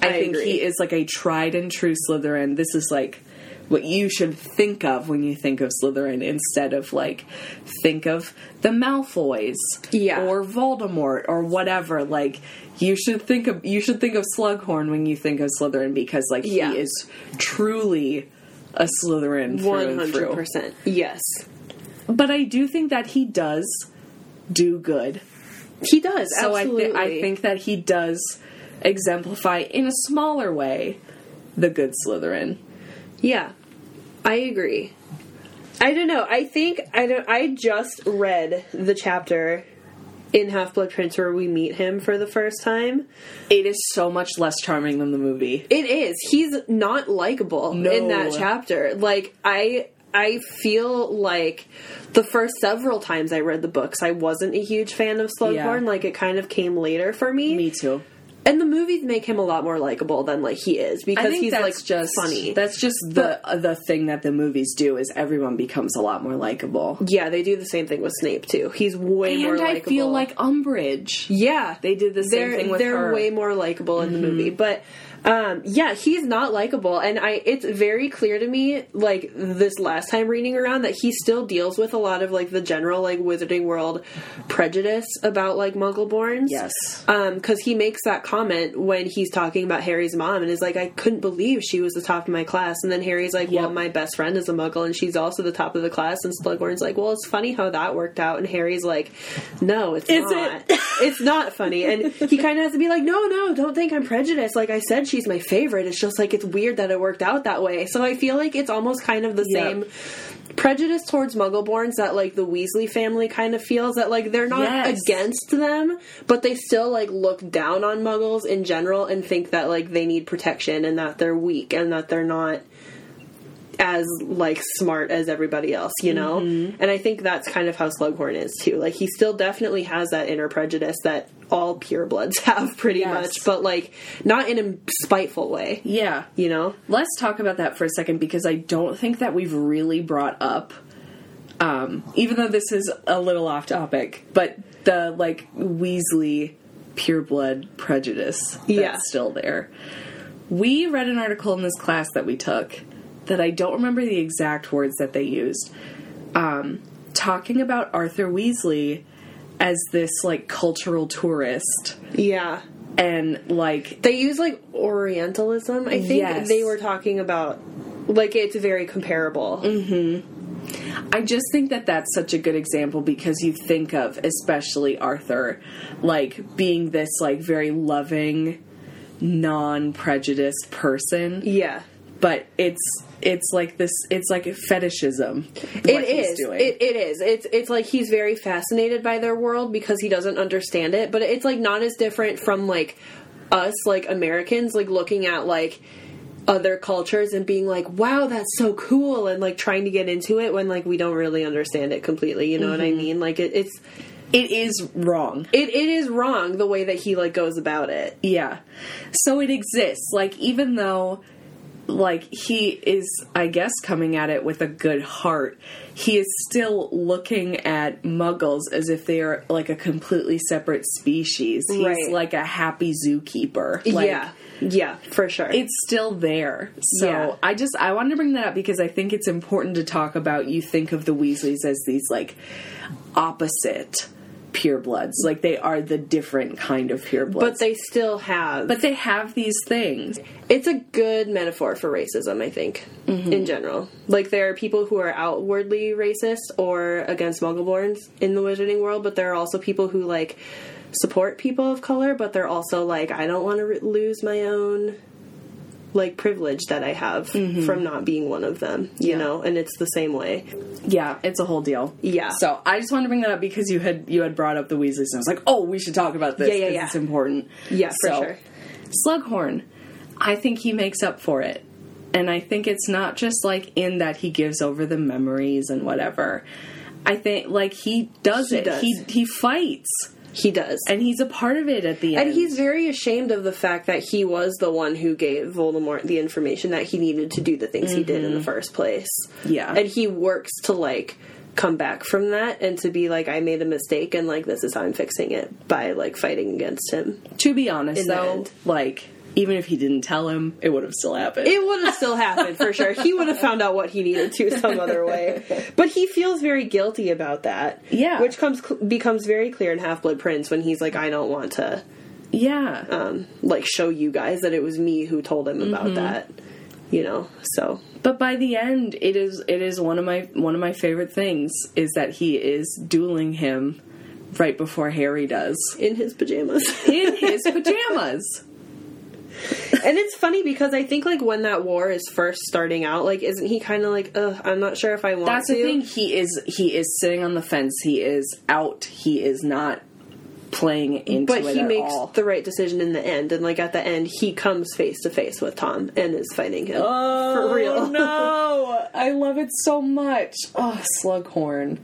S1: I, think
S2: agree.
S1: he is like a tried and true Slytherin. This is like what you should think of when you think of Slytherin instead of like think of the Malfoys
S2: Yeah.
S1: or Voldemort or whatever. Like you should think of you should think of Slughorn when you think of Slytherin because like
S2: Yeah.
S1: he is truly a Slytherin through
S2: One
S1: and
S2: hundred
S1: through.
S2: percent. Yes,
S1: But I do think that he does do good.
S2: he does.
S1: So I,
S2: absolutely.
S1: th- I think that he does exemplify in a smaller way the good Slytherin.
S2: Yeah, I agree. I don't know. I think I don't. I just read the chapter in Half Blood Prince where we meet him for the first time.
S1: It is so much less charming than the movie.
S2: It is. He's not likable
S1: No.
S2: in that chapter. Like I I feel like the first several times I read the books, I wasn't a huge fan of Slughorn.
S1: Yeah.
S2: Like it kind of came later for me.
S1: Me too.
S2: And the movies make him a lot more likable than like he is
S1: I
S2: because
S1: think
S2: he's
S1: that's
S2: like
S1: just
S2: funny.
S1: That's just the uh, the thing that the movies do is everyone becomes a lot more likable.
S2: yeah, they do the same thing with Snape too. He's way more
S1: And I
S2: likable.
S1: feel like Umbridge.
S2: yeah,
S1: They did the same
S2: they're,
S1: thing with
S2: they're
S1: her. Mm-hmm.
S2: way more likable in the movie but um, yeah he's not likable and i it's very clear to me like this last time reading around that he still deals with a lot of like the general like wizarding world prejudice about like muggleborns
S1: Yes.
S2: because Um, he makes that comment when he's talking about harry's mom and is like i couldn't believe she was the top of my class and then harry's like well
S1: Yep.
S2: my best friend is a muggle and she's also the top of the class and slughorn's like well it's funny how that worked out and harry's like no it's
S1: Is
S2: not.
S1: it?
S2: it's not funny. And he kind of has to be like, no, no, don't think I'm prejudiced. Like I said, she's my favorite. It's just like it's weird that it worked out that way. So I feel like it's almost kind of the
S1: Yeah.
S2: same prejudice towards muggleborns that like the Weasley family kind of feels that like they're not
S1: Yes.
S2: against them, but they still like look down on muggles in general and think that like they need protection and that they're weak and that they're not as like smart as everybody else, you know?
S1: Mm-hmm.
S2: And I think that's kind of how Slughorn is too. Like he still definitely has that inner prejudice that all purebloods have pretty
S1: Yes.
S2: much, but like not in a spiteful way,
S1: Yeah.
S2: you know?
S1: Let's talk about that for a second because I don't think that we've really brought up, um, even though this is a little off topic, but the like Weasley pureblood prejudice that's
S2: Yeah.
S1: still there. We read an article in this class that we took that I don't remember the exact words that they used, um, talking about Arthur Weasley as this like cultural tourist
S2: Yeah.
S1: and like
S2: They use like Orientalism. I think
S1: Yes.
S2: they were talking about like it's very comparable.
S1: Mm-hmm. I just think that that's such a good example because you think of especially Arthur like being this like very loving non-prejudiced person
S2: Yeah.
S1: but it's it's like this it's like fetishism what
S2: It is.
S1: he's doing
S2: It, it is. It's it's like he's very fascinated by their world because he doesn't understand it. But it's like not as different from like us, like Americans, like looking at like other cultures and being like, "Wow, that's so cool," and like trying to get into it when like we don't really understand it completely. You know
S1: Mm-hmm.
S2: what I mean? Like it, it's
S1: it is wrong
S2: it, it is wrong the way that he like goes about it.
S1: Yeah. So it exists. Like, even though, like, he is, I guess, coming at it with a good heart, he is still looking at muggles as if they are, like, a completely separate species. He's
S2: Right.
S1: like a happy zookeeper. Like,
S2: yeah, yeah, for sure.
S1: It's still there. So
S2: Yeah.
S1: I just, I wanted to bring that up because I think it's important to talk about you think of the Weasleys as these, like, opposite purebloods. Like, they are the different kind of purebloods.
S2: but they still have.
S1: But they have these things.
S2: it's a good metaphor for racism, I think, in general. Like, there are people who are outwardly racist or against muggleborns in the wizarding world, but there are also people who, like, support people of color, but they're also like, I don't want to re- lose my own, like, privilege that I have from not being one of them, you
S1: Yeah.
S2: know? And it's the same way.
S1: Yeah, it's a whole deal.
S2: Yeah.
S1: So I just wanted to bring that up because you had you had brought up the Weasleys, and I was like, oh, we should talk about this.
S2: Yeah, yeah,
S1: 'cause
S2: yeah.
S1: It's important.
S2: Yeah, for
S1: So,
S2: sure.
S1: Slughorn, I think he makes up for it, and I think it's not just like in that he gives over the memories and whatever. I think like he does it.
S2: does.
S1: He he fights,
S2: He does.
S1: and he's a part of it at the end.
S2: And he's very ashamed of the fact that he was the one who gave Voldemort the information that he needed to do the things he did in the first place.
S1: Yeah.
S2: And he works to like come back from that and to be like I made a mistake and like this is how I'm fixing it by like fighting against him.
S1: to be honest
S2: the
S1: though,
S2: end.
S1: like even if he didn't tell him, it would have still happened.
S2: It would have still happened for sure. He would have found out what he needed to some other way. But he feels very guilty about that.
S1: Yeah.
S2: Which comes cl- becomes very clear in Half Blood Prince when he's like, I don't want to
S1: yeah.
S2: um, like show you guys that it was me who told him about
S1: Mm-hmm.
S2: that. You know, so
S1: But by the end, it is it is one of my one of my favorite things is that he is dueling him right before Harry does
S2: in his pajamas.
S1: in his pajamas.
S2: and it's funny because I think like when that war is first starting out, like isn't he kind of like, Ugh, I'm not sure if I want
S1: That's
S2: to.
S1: the thing. He is he is sitting on the fence. He is out. He is not playing into
S2: But
S1: it
S2: he
S1: at
S2: makes
S1: all.
S2: the right decision in the end, and like at the end, he comes face to face with Tom and is fighting him for real.
S1: Oh, no! I love it so much. Oh, Slughorn.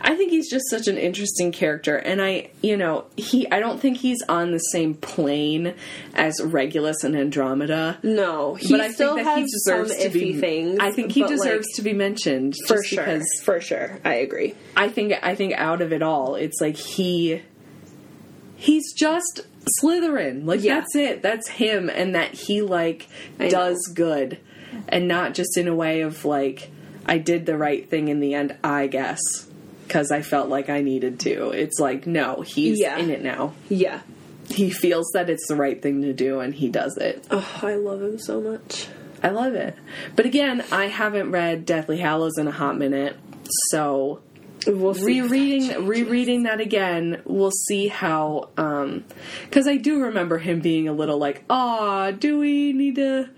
S1: I think he's just such an interesting character, and I, you know, he. I don't think he's on the same plane as Regulus and Andromeda.
S2: No, he
S1: but I
S2: still
S1: think that
S2: has
S1: he deserves
S2: some
S1: to
S2: iffy
S1: be.
S2: things.
S1: I think he
S2: but,
S1: deserves
S2: like,
S1: to be mentioned
S2: for
S1: just
S2: sure.
S1: because
S2: For sure, I agree.
S1: I think I think out of it all, it's like he he's just Slytherin. Like
S2: Yeah.
S1: that's it. That's him and that he like
S2: I
S1: does good and not just in a way of like I did the right thing in the end, I guess, cuz I felt like I needed to. It's like no, he's
S2: Yeah.
S1: in it now.
S2: Yeah.
S1: He feels that it's the right thing to do and he does it.
S2: Oh, I love him so much.
S1: I love it. But again, I haven't read Deathly Hallows in a hot minute, so
S2: We'll see.
S1: rereading rereading that again we'll see how um because i do remember him being a little like ah do we need to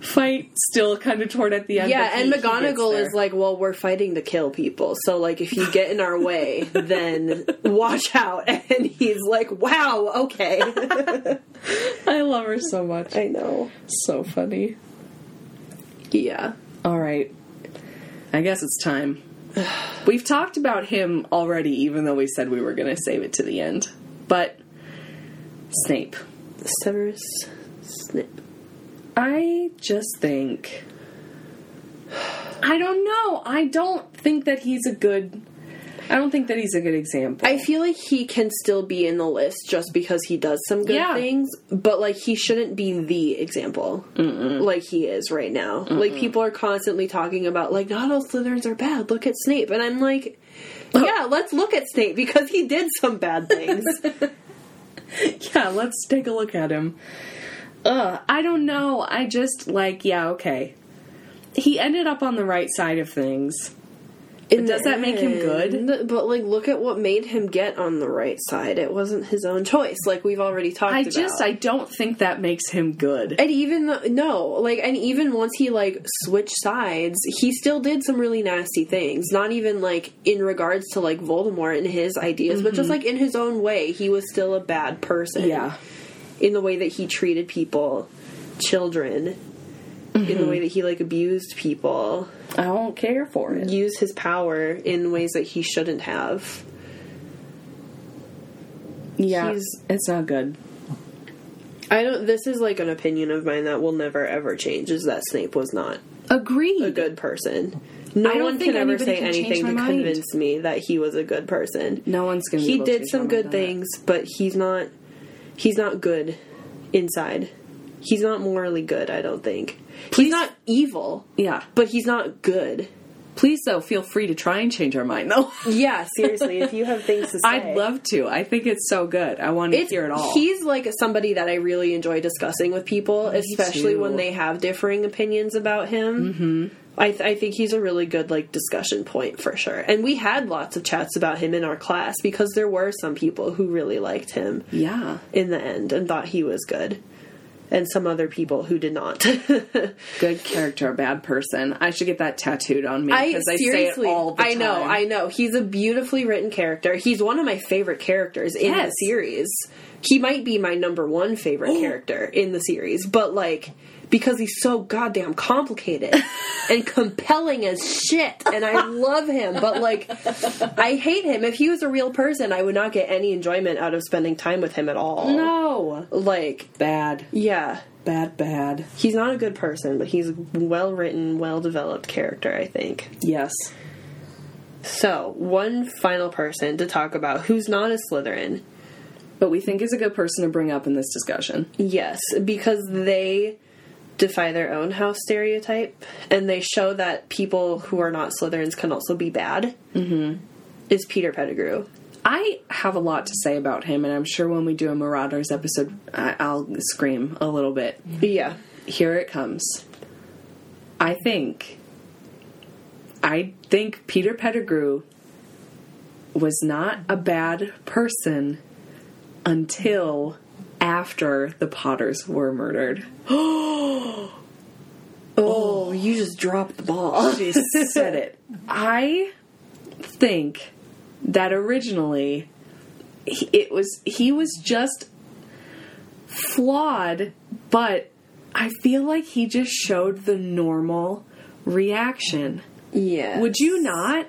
S1: fight still kind of toward at the end
S2: Yeah,
S1: but he-
S2: and
S1: he gets
S2: McGonagall
S1: there.
S2: is like, well, we're fighting to kill people. So, like, if you get in our way, then watch out. And he's like, wow, okay.
S1: i love her so much
S2: I know.
S1: so funny
S2: Yeah.
S1: all right i guess it's time we've talked about him already even though we said we were going to save it to the end but snape
S2: Severus Snape.
S1: I just think. I don't know. I don't think that he's a good. I don't think that he's a good example.
S2: I feel like he can still be in the list just because he does some good
S1: Yeah.
S2: things, but like he shouldn't be the example like he is right now. Like people are constantly talking about like not all Slytherins are bad. Look at Snape, and I'm like, yeah, let's look at Snape because he did some bad things.
S1: yeah, let's take a look at him. Ugh, I don't know. I just like, yeah, okay. He ended up on the right side of things.
S2: And
S1: does that make him good?
S2: But like, look at what made him get on the right side. It wasn't his own choice. Like we've already talked.
S1: I
S2: about.
S1: just, I don't think that makes him good.
S2: And even though, no, like, and even once he like switched sides, he still did some really nasty things. Not even like in regards to like Voldemort and his ideas, but just like in his own way, he was still a bad person.
S1: Mm-hmm. Yeah.
S2: in the way that he treated people, children, in
S1: Mm-hmm.
S2: the way that he like abused people,
S1: I don't care for it.
S2: used his power in ways that he shouldn't have.
S1: Yeah,
S2: He's-
S1: it's not good.
S2: I don't. This is like an opinion of mine that will never ever change. Is that Snape was not
S1: Agreed.
S2: a good person. No
S1: don't
S2: one
S1: think
S2: can ever
S1: anybody
S2: say
S1: can change
S2: anything
S1: my
S2: to
S1: mind.
S2: convince me that he was a good person.
S1: No one's gonna. be
S2: he
S1: able to
S2: did
S1: change
S2: some
S1: my
S2: good
S1: mind on that.
S2: things, but he's not he's not good inside. He's not morally good, I don't think.
S1: Please-
S2: He's not evil,
S1: Yeah.
S2: but he's not good.
S1: Please, though, feel free to try and change our mind, though.
S2: Yeah, seriously, if you have things to say.
S1: I'd love to. I think it's so good. I want to
S2: it's,
S1: hear it all.
S2: He's like somebody that I really enjoy discussing with people, especially
S1: too.
S2: when they have differing opinions about him. Mm-hmm. I, th- I think he's a really good like discussion point for sure. And we had lots of chats about him in our class because there were some people who really liked him
S1: yeah,
S2: in the end and thought he was good, and some other people who did not.
S1: good character, bad person. I should get that tattooed on me
S2: I
S1: because I, say it
S2: seriously,
S1: all the time.
S2: I know, I know. He's a beautifully written character. He's one of my favorite characters in
S1: Yes. Oh.
S2: the series. He might be my number one favorite character in the series, but like because he's so goddamn complicated and compelling as shit, and I love him. But like, I hate him. If he was a real person, I would not get any enjoyment out of spending time with him at all.
S1: no,
S2: Like,
S1: bad,
S2: yeah,
S1: bad, bad.
S2: he's not a good person, but he's a well written, well developed character. I think.
S1: Yes,
S2: So, one final person to talk about who's not a Slytherin
S1: but we think is a good person to bring up in this discussion.
S2: Yes, because they defy their own house stereotype and they show that people who are not Slytherins can also be bad. Mm-hmm. Is Peter Pettigrew.
S1: I have a lot to say about him, and I'm sure when we do a Marauders episode, I- I'll scream a little bit.
S2: Yeah.
S1: Here it comes. I think. I think Peter Pettigrew was not a bad person until after the Potters were murdered.
S2: Oh, you just dropped the ball.
S1: She said it. I think that originally he- it was he was just flawed, but I feel like he just showed the normal reaction.
S2: Yeah.
S1: Would you not?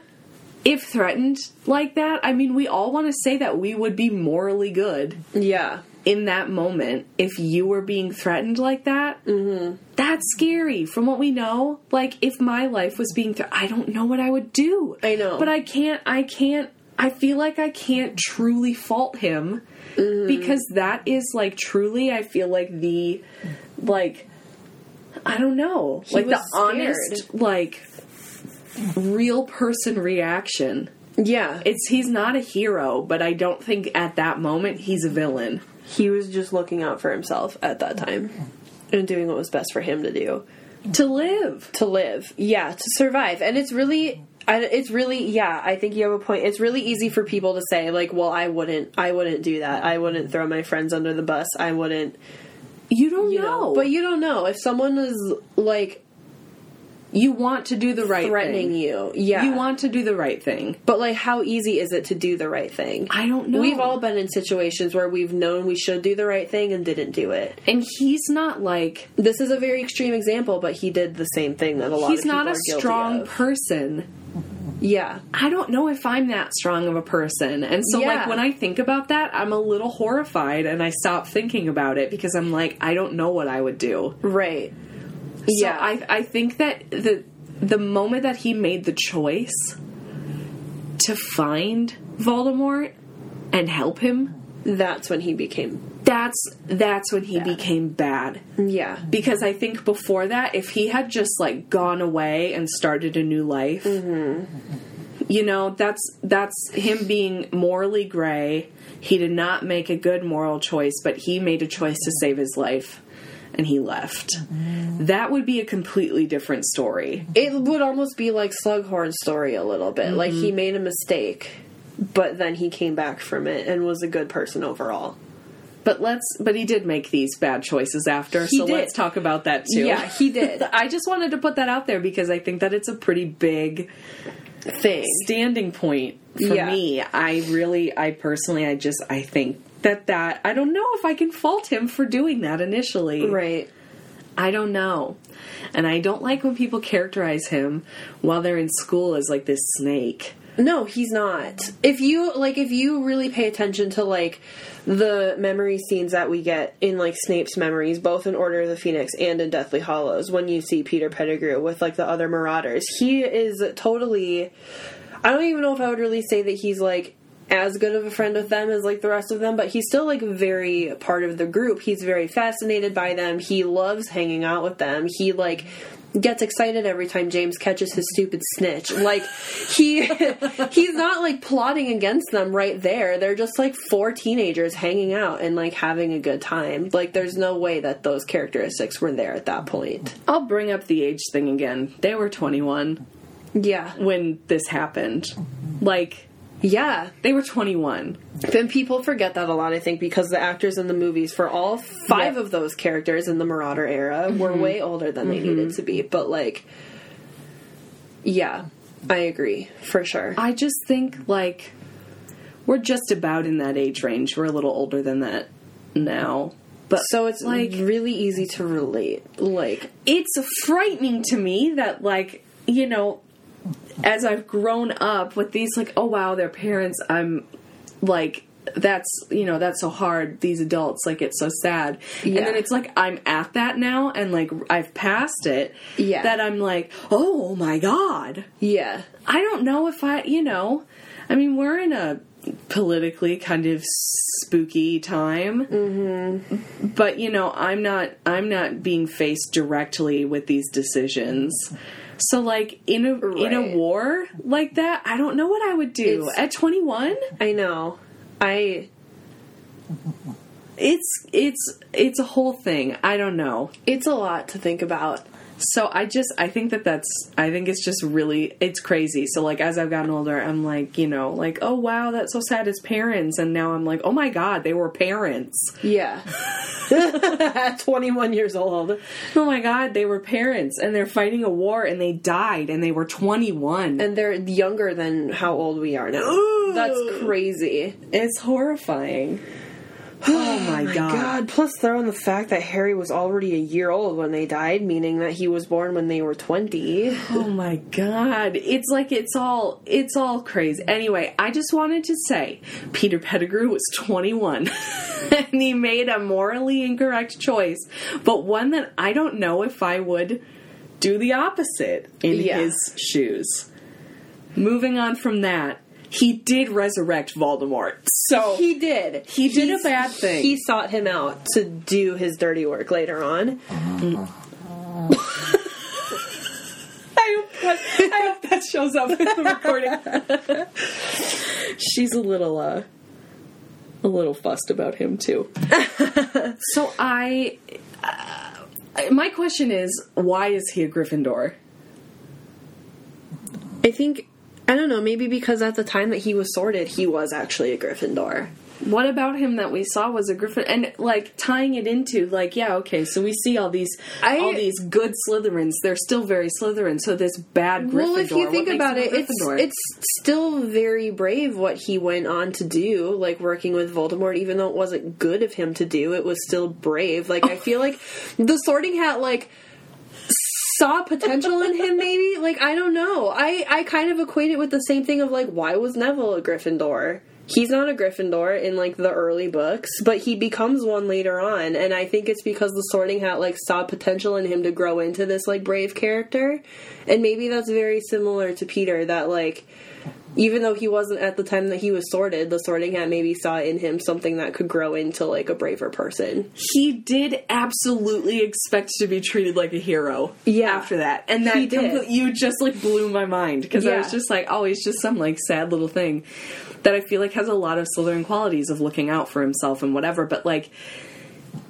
S1: If threatened like that, I mean, we all want to say that we would be morally good
S2: Yeah.
S1: in that moment if you were being threatened like that
S2: Mm-hmm.
S1: that's scary from what we know like if my life was being threatened i don't know what i would do
S2: I know.
S1: but i can't i can't i feel like i can't truly fault him
S2: Mm-hmm.
S1: because that is like truly i feel like the like i don't know like the
S2: was
S1: honest like real person reaction
S2: Yeah.
S1: it's he's not a hero but i don't think at that moment he's a villain
S2: he was just looking out for himself at that time and doing what was best for him to do.
S1: to live
S2: to live yeah to survive and it's really I, it's really yeah i think you have a point it's really easy for people to say like well i wouldn't i wouldn't do that i wouldn't throw my friends under the bus i wouldn't
S1: You don't
S2: you
S1: know.
S2: know but you don't know if someone is like
S1: you want to do the right
S2: threatening
S1: thing.
S2: you yeah
S1: You want to do the right thing.
S2: but like how easy is it to do the right thing
S1: I don't know.
S2: we've all been in situations where we've known we should do the right thing and didn't do it
S1: and he's not like
S2: this is a very extreme example but he did the same thing that a lot
S1: he's
S2: of people
S1: not a
S2: are guilty
S1: strong
S2: of.
S1: person.
S2: yeah
S1: I don't know if I'm that strong of a person. And so like
S2: Yeah.
S1: when I think about that, I'm a little horrified and I stop thinking about it because I'm like I don't know what I would do.
S2: right
S1: So I I think that the the moment that he made the choice to find Voldemort and help him,
S2: that's when he became
S1: that's that's when he became bad.
S2: yeah
S1: because I think before that, if he had just like gone away and started a new life,
S2: Mm-hmm.
S1: you know, that's that's him being morally gray. He did not make a good moral choice, but he made a choice to save his life, and he left.
S2: Mm-hmm.
S1: That would be a completely different story.
S2: it would almost be like Slughorn's story a little bit. Like he made a mistake, but then he came back from it and was a good person overall.
S1: But let's but he did make these bad choices after, so
S2: did.
S1: let's talk about that too.
S2: Yeah, he did.
S1: I just wanted to put that out there because I think that it's a pretty big
S2: Thing.
S1: standing point for
S2: Yeah.
S1: me. I really, I personally, I just, I think that that I don't know if I can fault him for doing that initially.
S2: Right.
S1: I don't know, and I don't like when people characterize him while they're in school as like this snake.
S2: No, he's not. If you like if you really pay attention to like the memory scenes that we get in like Snape's memories, both in Order of the Phoenix and in Deathly Hollows, when you see Peter Pettigrew with like the other marauders, he is totally I don't even know if I would really say that he's like as good of a friend with them as like the rest of them, but he's still like very part of the group. He's very fascinated by them. He loves hanging out with them. He like gets excited every time James catches his stupid snitch. Like he he's not like plotting against them right there. They're just like four teenagers hanging out and like having a good time. Like there's no way that those characteristics were there at that point.
S1: I'll bring up the age thing again. They were 21
S2: Yeah.
S1: when this happened. Like
S2: Yeah.
S1: they were 21.
S2: And people forget that a lot, I think, because the actors in the movies for all five
S1: Yeah. Mm-hmm.
S2: of those characters in the Marauder era were way older than they needed to be. But, like, yeah, I agree, for sure.
S1: I just think like we're just about in that age range. We're a little older than that now. But
S2: So it's, like, really easy to relate. Like,
S1: it's frightening to me that like you know as i've grown up with these like oh wow their parents i'm like that's you know that's so hard these adults like it's so sad and
S2: Yeah.
S1: then it's like i'm at that now and like i've passed it
S2: Yeah.
S1: that i'm like oh my god
S2: yeah.
S1: i don't know if i you know i mean we're in a politically kind of spooky time. Mm-hmm. But you know, I'm not I'm not being faced directly with these decisions. So like in a in
S2: Right.
S1: a war like that, I don't know what I would do
S2: It's-
S1: at 21.
S2: I know. I
S1: It's it's it's a whole thing. I don't know.
S2: it's a lot to think about.
S1: So I just I think that that's I think it's just really it's crazy. So like as I've gotten older, I'm like you know like oh wow that's so sad. It's parents, and now I'm like oh my god they were parents.
S2: Yeah. At 21 years old.
S1: Oh my god they were parents, and they're fighting a war, and they died, and they were 21.
S2: And they're younger than how old we are now.
S1: Ooh.
S2: That's crazy.
S1: it's horrifying. Oh my, god.
S2: God, plus throw in the fact that Harry was already a year old when they died, meaning that he was born when they were 20.
S1: Oh my god. It's like it's all it's all crazy. Anyway, I just wanted to say Peter Pettigrew was 21 and he made a morally incorrect choice, but one that I don't know if I would do the opposite in
S2: Yeah.
S1: his shoes. Moving on from that, he did resurrect Voldemort. So
S2: He did.
S1: He did a bad thing.
S2: He sought him out to do his dirty work later on.
S1: I hope, that, I hope that shows up in the recording. She's a little, uh, a little fussed about him too. so I, uh, my question is, why is he a Gryffindor?
S2: I think I don't know, maybe because at the time that he was sorted, he was actually a Gryffindor.
S1: What about him that we saw was a Gryffindor? And like tying it into like, yeah, okay, so we see all these,
S2: I-
S1: all these good Slytherins. They're still very Slytherin. So this bad Gryffindor.
S2: Well, if you
S1: what
S2: think
S1: makes
S2: about
S1: him a
S2: it, it's
S1: Gryffindor?
S2: it's still very brave what he went on to do, like working with Voldemort, even though it wasn't good of him to do, it was still brave. Like I feel like the sorting hat like saw potential in him maybe like i don't know i i kind of equate it with the same thing of like why was neville a gryffindor he's not a gryffindor in like the early books but he becomes one later on and i think it's because the sorting hat like saw potential in him to grow into this like brave character and maybe that's very similar to peter that like even though he wasn't at the time that he was sorted the sorting hat maybe saw in him something that could grow into like a braver person
S1: he did absolutely expect to be treated like a hero
S2: Yeah.
S1: after that and that
S2: He did.
S1: compl- you just like blew my mind because i
S2: Yeah.
S1: was just like oh he's just some like sad little thing that i feel like has a lot of slytherin qualities of looking out for himself and whatever but like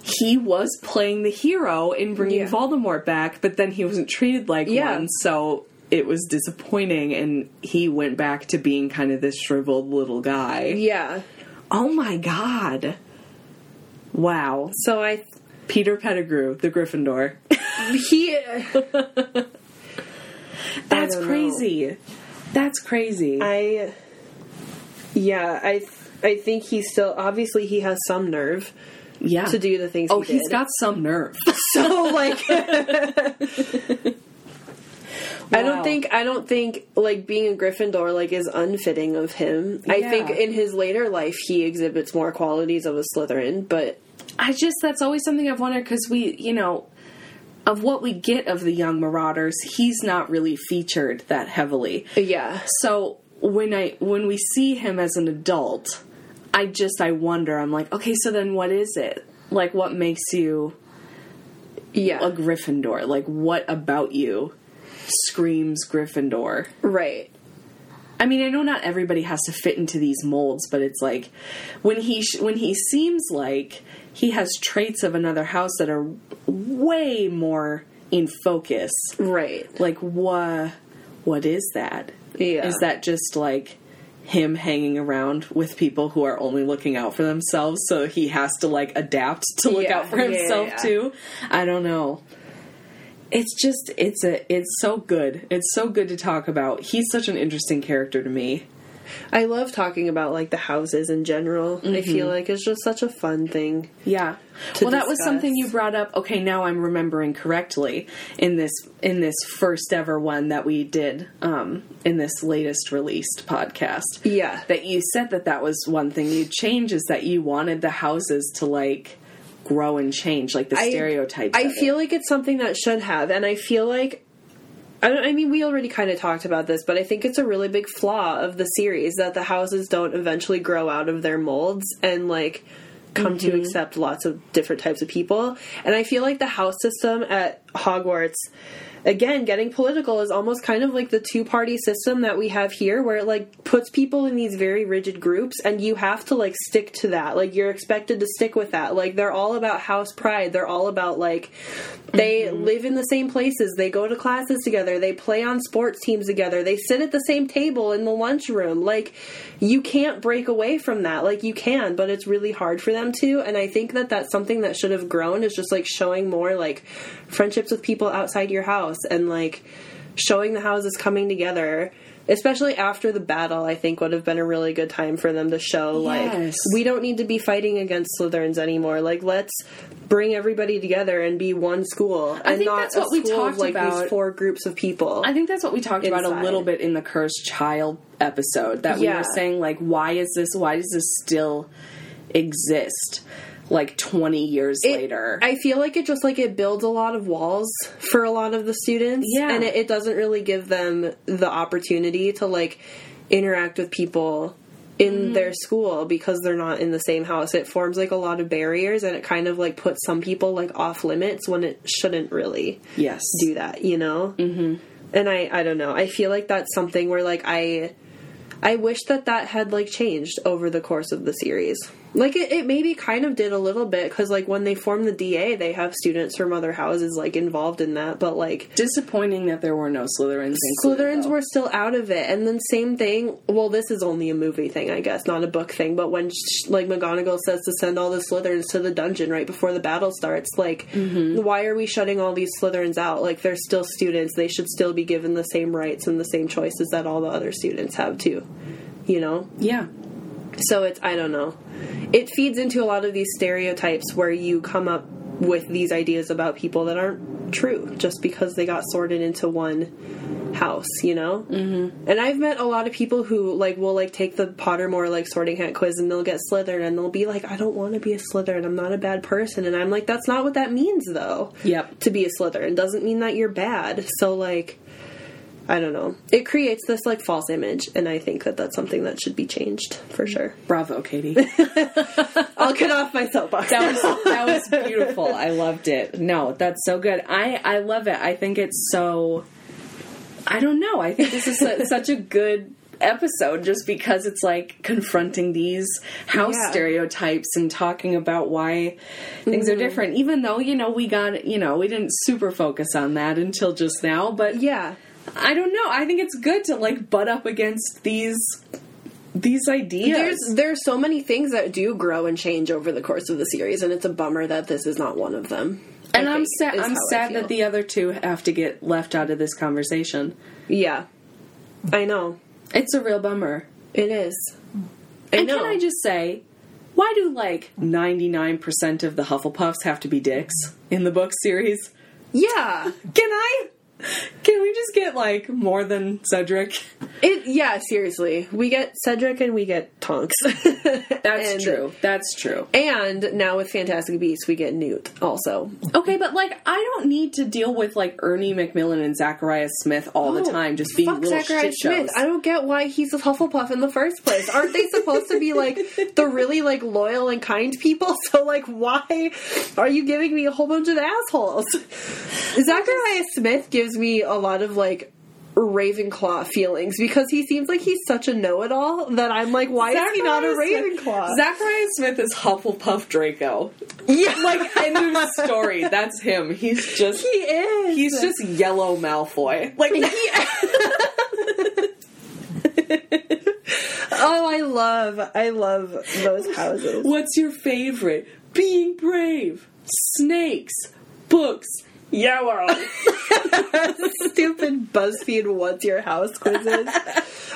S1: he was playing the hero in bringing
S2: Yeah.
S1: voldemort back but then he wasn't treated like
S2: Yeah.
S1: one so it was disappointing and he went back to being kind of this shriveled little guy
S2: yeah
S1: oh my god wow
S2: so i
S1: Peter Pettigrew, the Gryffindor.
S2: he
S1: That's
S2: don't know.
S1: crazy. That's crazy.
S2: I yeah, I th- I think he still obviously he has some nerve
S1: yeah.
S2: to do the things.
S1: oh,
S2: he
S1: he's
S2: did.
S1: got some nerve.
S2: so like. I
S1: Wow.
S2: don't think I don't think like being a Gryffindor like is unfitting of him. I
S1: Yeah.
S2: think in his later life he exhibits more qualities of a Slytherin, but
S1: I just that's always something I've wondered because we, you know, of what we get of the young Marauders, he's not really featured that heavily.
S2: yeah,
S1: So when I when we see him as an adult, I just I wonder. I'm like, okay, so then what is it? Like, what makes you
S2: yeah,
S1: a Gryffindor? Like, what about you screams Gryffindor?
S2: right.
S1: I mean, I know not everybody has to fit into these molds, but it's like when he sh- when he seems like he has traits of another house that are way more in focus.
S2: Right.
S1: Like what what is that?
S2: Yeah.
S1: Is that just like him hanging around with people who are only looking out for themselves so he has to like adapt to look
S2: Yeah,
S1: out for
S2: yeah, yeah,
S1: himself
S2: yeah.
S1: too? I don't know it's just it's a it's so good it's so good to talk about he's such an interesting character to me
S2: I love talking about like the houses in general. I
S1: Mm-hmm.
S2: feel like it's just such a fun thing.
S1: yeah
S2: To
S1: well that was
S2: discuss.
S1: something you brought up okay now i'm remembering correctly in this in this first ever one that we did um in this latest released podcast
S2: Yeah.
S1: that you said that that was one thing you changed is that you wanted the houses to like grow and change like the
S2: I-
S1: stereotypes
S2: I
S1: of it.
S2: feel like it's something that should have, and I feel like I, don't, I mean, we already kind of talked about this, but I think it's a really big flaw of the series that the houses don't eventually grow out of their molds and like come to accept lots of different types of people. And I feel like the house system at Hogwarts, again, getting political is almost kind of like the two party system that we have here, where it like puts people in these very rigid groups and you have to like stick to that. Like you're expected to stick with that. Like they're all about house pride. They're all about like they live in the same places. They go to classes together. They play on sports teams together. They sit at the same table in the lunchroom. Like, you can't break away from that. Like, you can, but it's really hard for them to. And I think that that's something that should have grown is just like showing more like friendships with people outside your house and like showing the houses coming together. Especially after the battle, I think would have been a really good time for them to show
S1: Yes.
S2: like we don't need to be fighting against Slytherins anymore. Like, let's bring everybody together and be one school and
S1: think
S2: not
S1: that's
S2: a
S1: what we
S2: school
S1: talked
S2: of like
S1: about.
S2: these four groups of people.
S1: I think that's what we talked about a
S2: Inside.
S1: little bit in the cursed child episode that we
S2: Yeah.
S1: were saying like why is this why does this still exist like 20 years
S2: It-
S1: later.
S2: I feel like it just like it builds a lot of walls for a lot of the students,
S1: Yeah.
S2: and it, it doesn't really give them the opportunity to like interact with people in their school because they're not in the same house. It forms like a lot of barriers, and it kind of like puts some people like off limits when it shouldn't really.
S1: yes.
S2: do that, you know? Mm-hmm. And I, I don't know. I feel like that's something where, like, I, I wish that that had, like, changed over the course of the series. Like, it, it maybe kind of did a little bit, because, like, when they form the DA, they have students from other houses, like, involved in that, but, like,
S1: Disappointing that there were no Slytherins included.
S2: Slytherins
S1: though.
S2: were still out of it, and then same thing. Well, this is only a movie thing, I guess, not a book thing. But when sh- like McGonagall says to send all the Slytherins to the dungeon right before the battle starts, like, why are we shutting all these Slytherins out? Like, they're still students; they should still be given the same rights and the same choices that all the other students have too. You know,
S1: Yeah.
S2: so it's I don't know. It feeds into a lot of these stereotypes where you come up with these ideas about people that aren't true just because they got sorted into one house, you know? Mm-hmm. And I've met a lot of people who like will like take the Pottermore like sorting hat quiz and they'll get Slytherin and they'll be like I don't want to be a Slytherin, I'm not a bad person and I'm like that's not what that means though.
S1: Yep.
S2: To be a Slytherin doesn't mean that you're bad. So like I don't know. It creates this like false image and I think that that's something that should be changed for sure.
S1: Bravo, Katie.
S2: I'll get off my soapbox.
S1: that was that was beautiful. I loved it. No, that's so good. I I love it. I think it's so. I don't know. I think this is su- such a good episode just because it's like confronting these house
S2: Yeah.
S1: stereotypes and talking about why things
S2: Mm-hmm.
S1: are different. Even though you know we got you know we didn't super focus on that until just now, but
S2: yeah.
S1: I don't know. I think it's good to like butt up against these these ideas.
S2: There's there's so many things that do grow and change over the course of the series, and it's a bummer that this is not one of them. I
S1: and I'm
S2: think,
S1: sad.
S2: is
S1: I'm
S2: how I
S1: sad
S2: feel.
S1: that the other two have to get left out of this conversation.
S2: yeah, I know
S1: It's a real bummer.
S2: it is. I
S1: And
S2: know.
S1: can I just say, why do like 99% of the Hufflepuffs have to be dicks in the book series?
S2: yeah,
S1: Can I? Can we just get like more than Cedric?
S2: it yeah. Seriously, we get Cedric and we get Tonks.
S1: That's true. That's true.
S2: And now with Fantastic Beasts, we get Newt also.
S1: Okay, but like I don't need to deal with like Ernie McMillan and Zachariah Smith all the time just being
S2: Fuck
S1: little
S2: Zachariah
S1: shit shows.
S2: Smith. I don't get why he's a Hufflepuff in the first place. Aren't they supposed to be like the really like loyal and kind people? So like, why are you giving me a whole bunch of assholes? Zachariah Smith gives me a lot of like. Ravenclaw feelings because he seems like he's such a know-it-all that I'm like, why is he not a
S1: Zachariah Smith-
S2: Ravenclaw?
S1: Zachariah Smith is Hufflepuff Draco.
S2: yeah,
S1: Like end of story. That's him. He's just
S2: he is.
S1: He's just yellow Malfoy. Like
S2: oh, I love, I love those houses.
S1: what's your favorite? Being brave, snakes, books, yellow.
S2: stupid BuzzFeed What's Your House quizzes.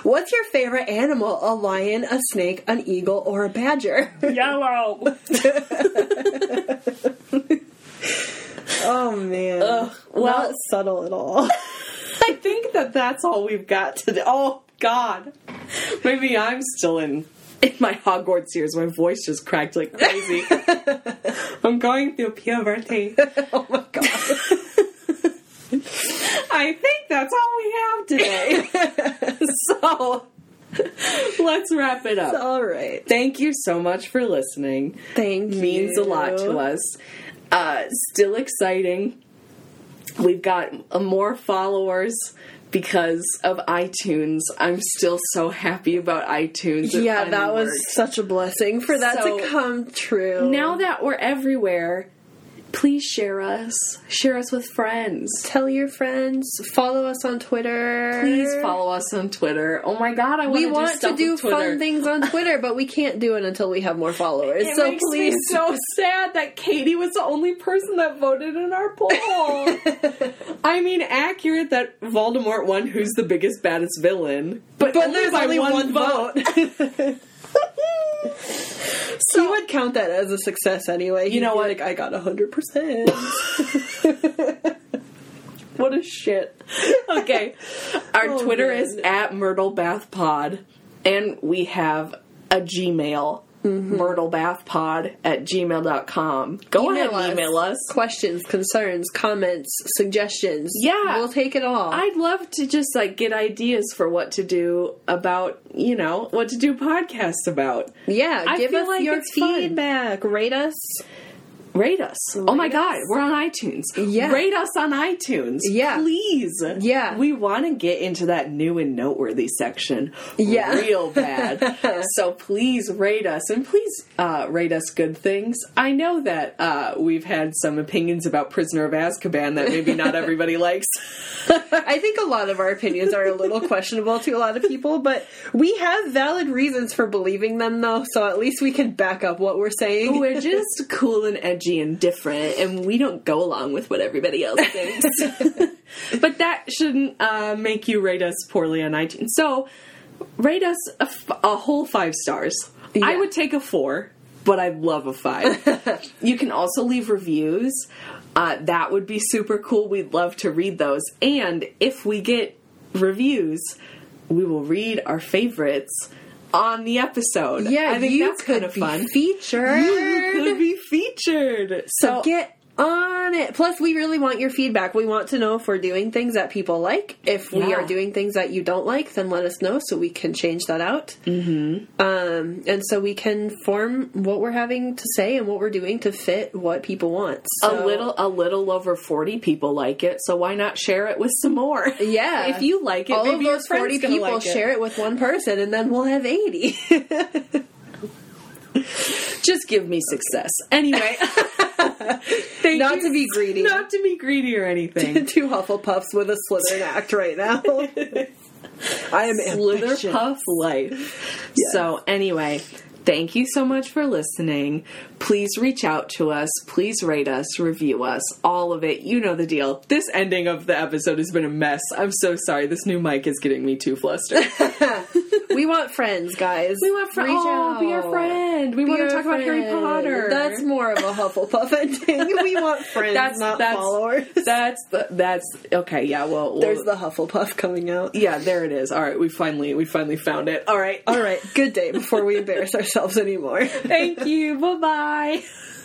S2: What's your favorite animal? A lion, a snake, an eagle, or a badger?
S1: yellow.
S2: Oh man.
S1: Ugh, well-
S2: Not subtle at all.
S1: I think that that's all we've got today. Oh god. Maybe I'm still in in my Hogwarts years. My voice just cracked like crazy. I'm going through puberty.
S2: oh my god.
S1: I think that that's all we have today. so let's wrap it up.
S2: All right.
S1: Thank you so much for listening.
S2: Thank you.
S1: Means a lot to us. Uh, still exciting. We've got uh, more followers because of iTunes. I'm still so happy about iTunes. It
S2: Yeah, that
S1: finally
S2: was
S1: worked.
S2: such a blessing for that
S1: So-
S2: to come true.
S1: Now that we're everywhere, please share us. Share us with friends.
S2: tell your friends, follow us on Twitter.
S1: Please follow us on Twitter. Oh my god, I
S2: We
S1: want
S2: want to do fun things on Twitter, but we can't do it until we have more followers.
S1: It
S2: so
S1: makes
S2: please,
S1: me so sad that Katie was the only person that voted in our poll. I mean, accurate that Voldemort won who's the biggest, baddest villain, but,
S2: but
S1: only
S2: there's
S1: by
S2: only
S1: one,
S2: one
S1: vote.
S2: vote. he would count that as a success anyway. He'd
S1: know
S2: be
S1: what?
S2: Like I got hundred percent.
S1: What a shit. Okay. Our
S2: Oh,
S1: Twitter
S2: man.
S1: is at Myrtle Bath Pod, and we have a Gmail. Myrtle Bath Pod at gmail.com. Go ahead and Mm-hmm. email us.
S2: questions, concerns, comments, suggestions.
S1: Yeah.
S2: we'll take it all.
S1: I'd love to just like get ideas for what to do about, you know, what to do podcasts about.
S2: yeah,
S1: I
S2: give
S1: feel
S2: us
S1: like
S2: your
S1: it's fun.
S2: feedback. Rate us.
S1: Rate us. oh my
S2: Rate
S1: god,
S2: us.
S1: we're on iTunes.
S2: Yeah.
S1: Rate us on iTunes.
S2: Yeah.
S1: Please.
S2: Yeah.
S1: We want to get into that new and noteworthy section.
S2: Yeah.
S1: Real bad. so please rate us and please uh, rate us good things. I know that uh, we've had some opinions about Prisoner of Azkaban that maybe not everybody likes.
S2: I think a lot of our opinions are a little questionable to a lot of people, but we have valid reasons for believing them, though, so at least we can back up what we're saying.
S1: We're just cool and edgy and different, and we don't go along with what everybody else thinks. but that shouldn't uh, make you rate us poorly on iTunes. So rate us a, f- a whole five stars. I
S2: Yeah.
S1: would take a four, but I'd love a five. you can also leave reviews. Uh, that would be super cool. We'd love to read those. And if we get reviews, we will read our favorites on the episode.
S2: Yeah,
S1: I think
S2: you
S1: that's
S2: could
S1: kind of
S2: be
S1: fun.
S2: featured.
S1: You could be featured. So,
S2: So get on it. Plus, we really want your feedback. We want to know if we're doing things that people like. If we
S1: Yeah.
S2: are doing things that you don't like, then let us know so we can change that out. Mm-hmm. Um, and so we can form what we're having to say and what we're doing to fit what people want. So-
S1: a little a little over 40 people like it, so why not share it with some more?
S2: Yeah.
S1: If you like it,
S2: all
S1: maybe
S2: of those
S1: your
S2: 40
S1: friend's gonna
S2: people
S1: like it.
S2: share it with one person and then we'll have 80
S1: Just give me success. Anyway. Thank
S2: not
S1: you-
S2: to be greedy
S1: Not to be greedy or anything.
S2: two hufflepuffs with a slytherin act right now i am ambitious.
S1: Slitherpuff life. So anyway, thank you so much for listening. Please reach out to us. Please rate us, review us, all of it. You know the deal. This ending of the episode has been a mess. I'm so sorry. This new mic is getting me too flustered.
S2: we want friends guys
S1: We want friends.
S2: Reach
S1: Oh, be our
S2: out.
S1: friend. We
S2: Be
S1: want to
S2: our
S1: talk about Harry
S2: friend.
S1: Potter.
S2: that's more of a hufflepuff ending we want friends not followers
S1: That's the that's okay. Yeah. Well, well,
S2: there's the hufflepuff coming out
S1: yeah. There it is. All right. We finally we finally found it. All right.
S2: all right good day before we embarrass ourselves anymore
S1: Thank you. Bye bye.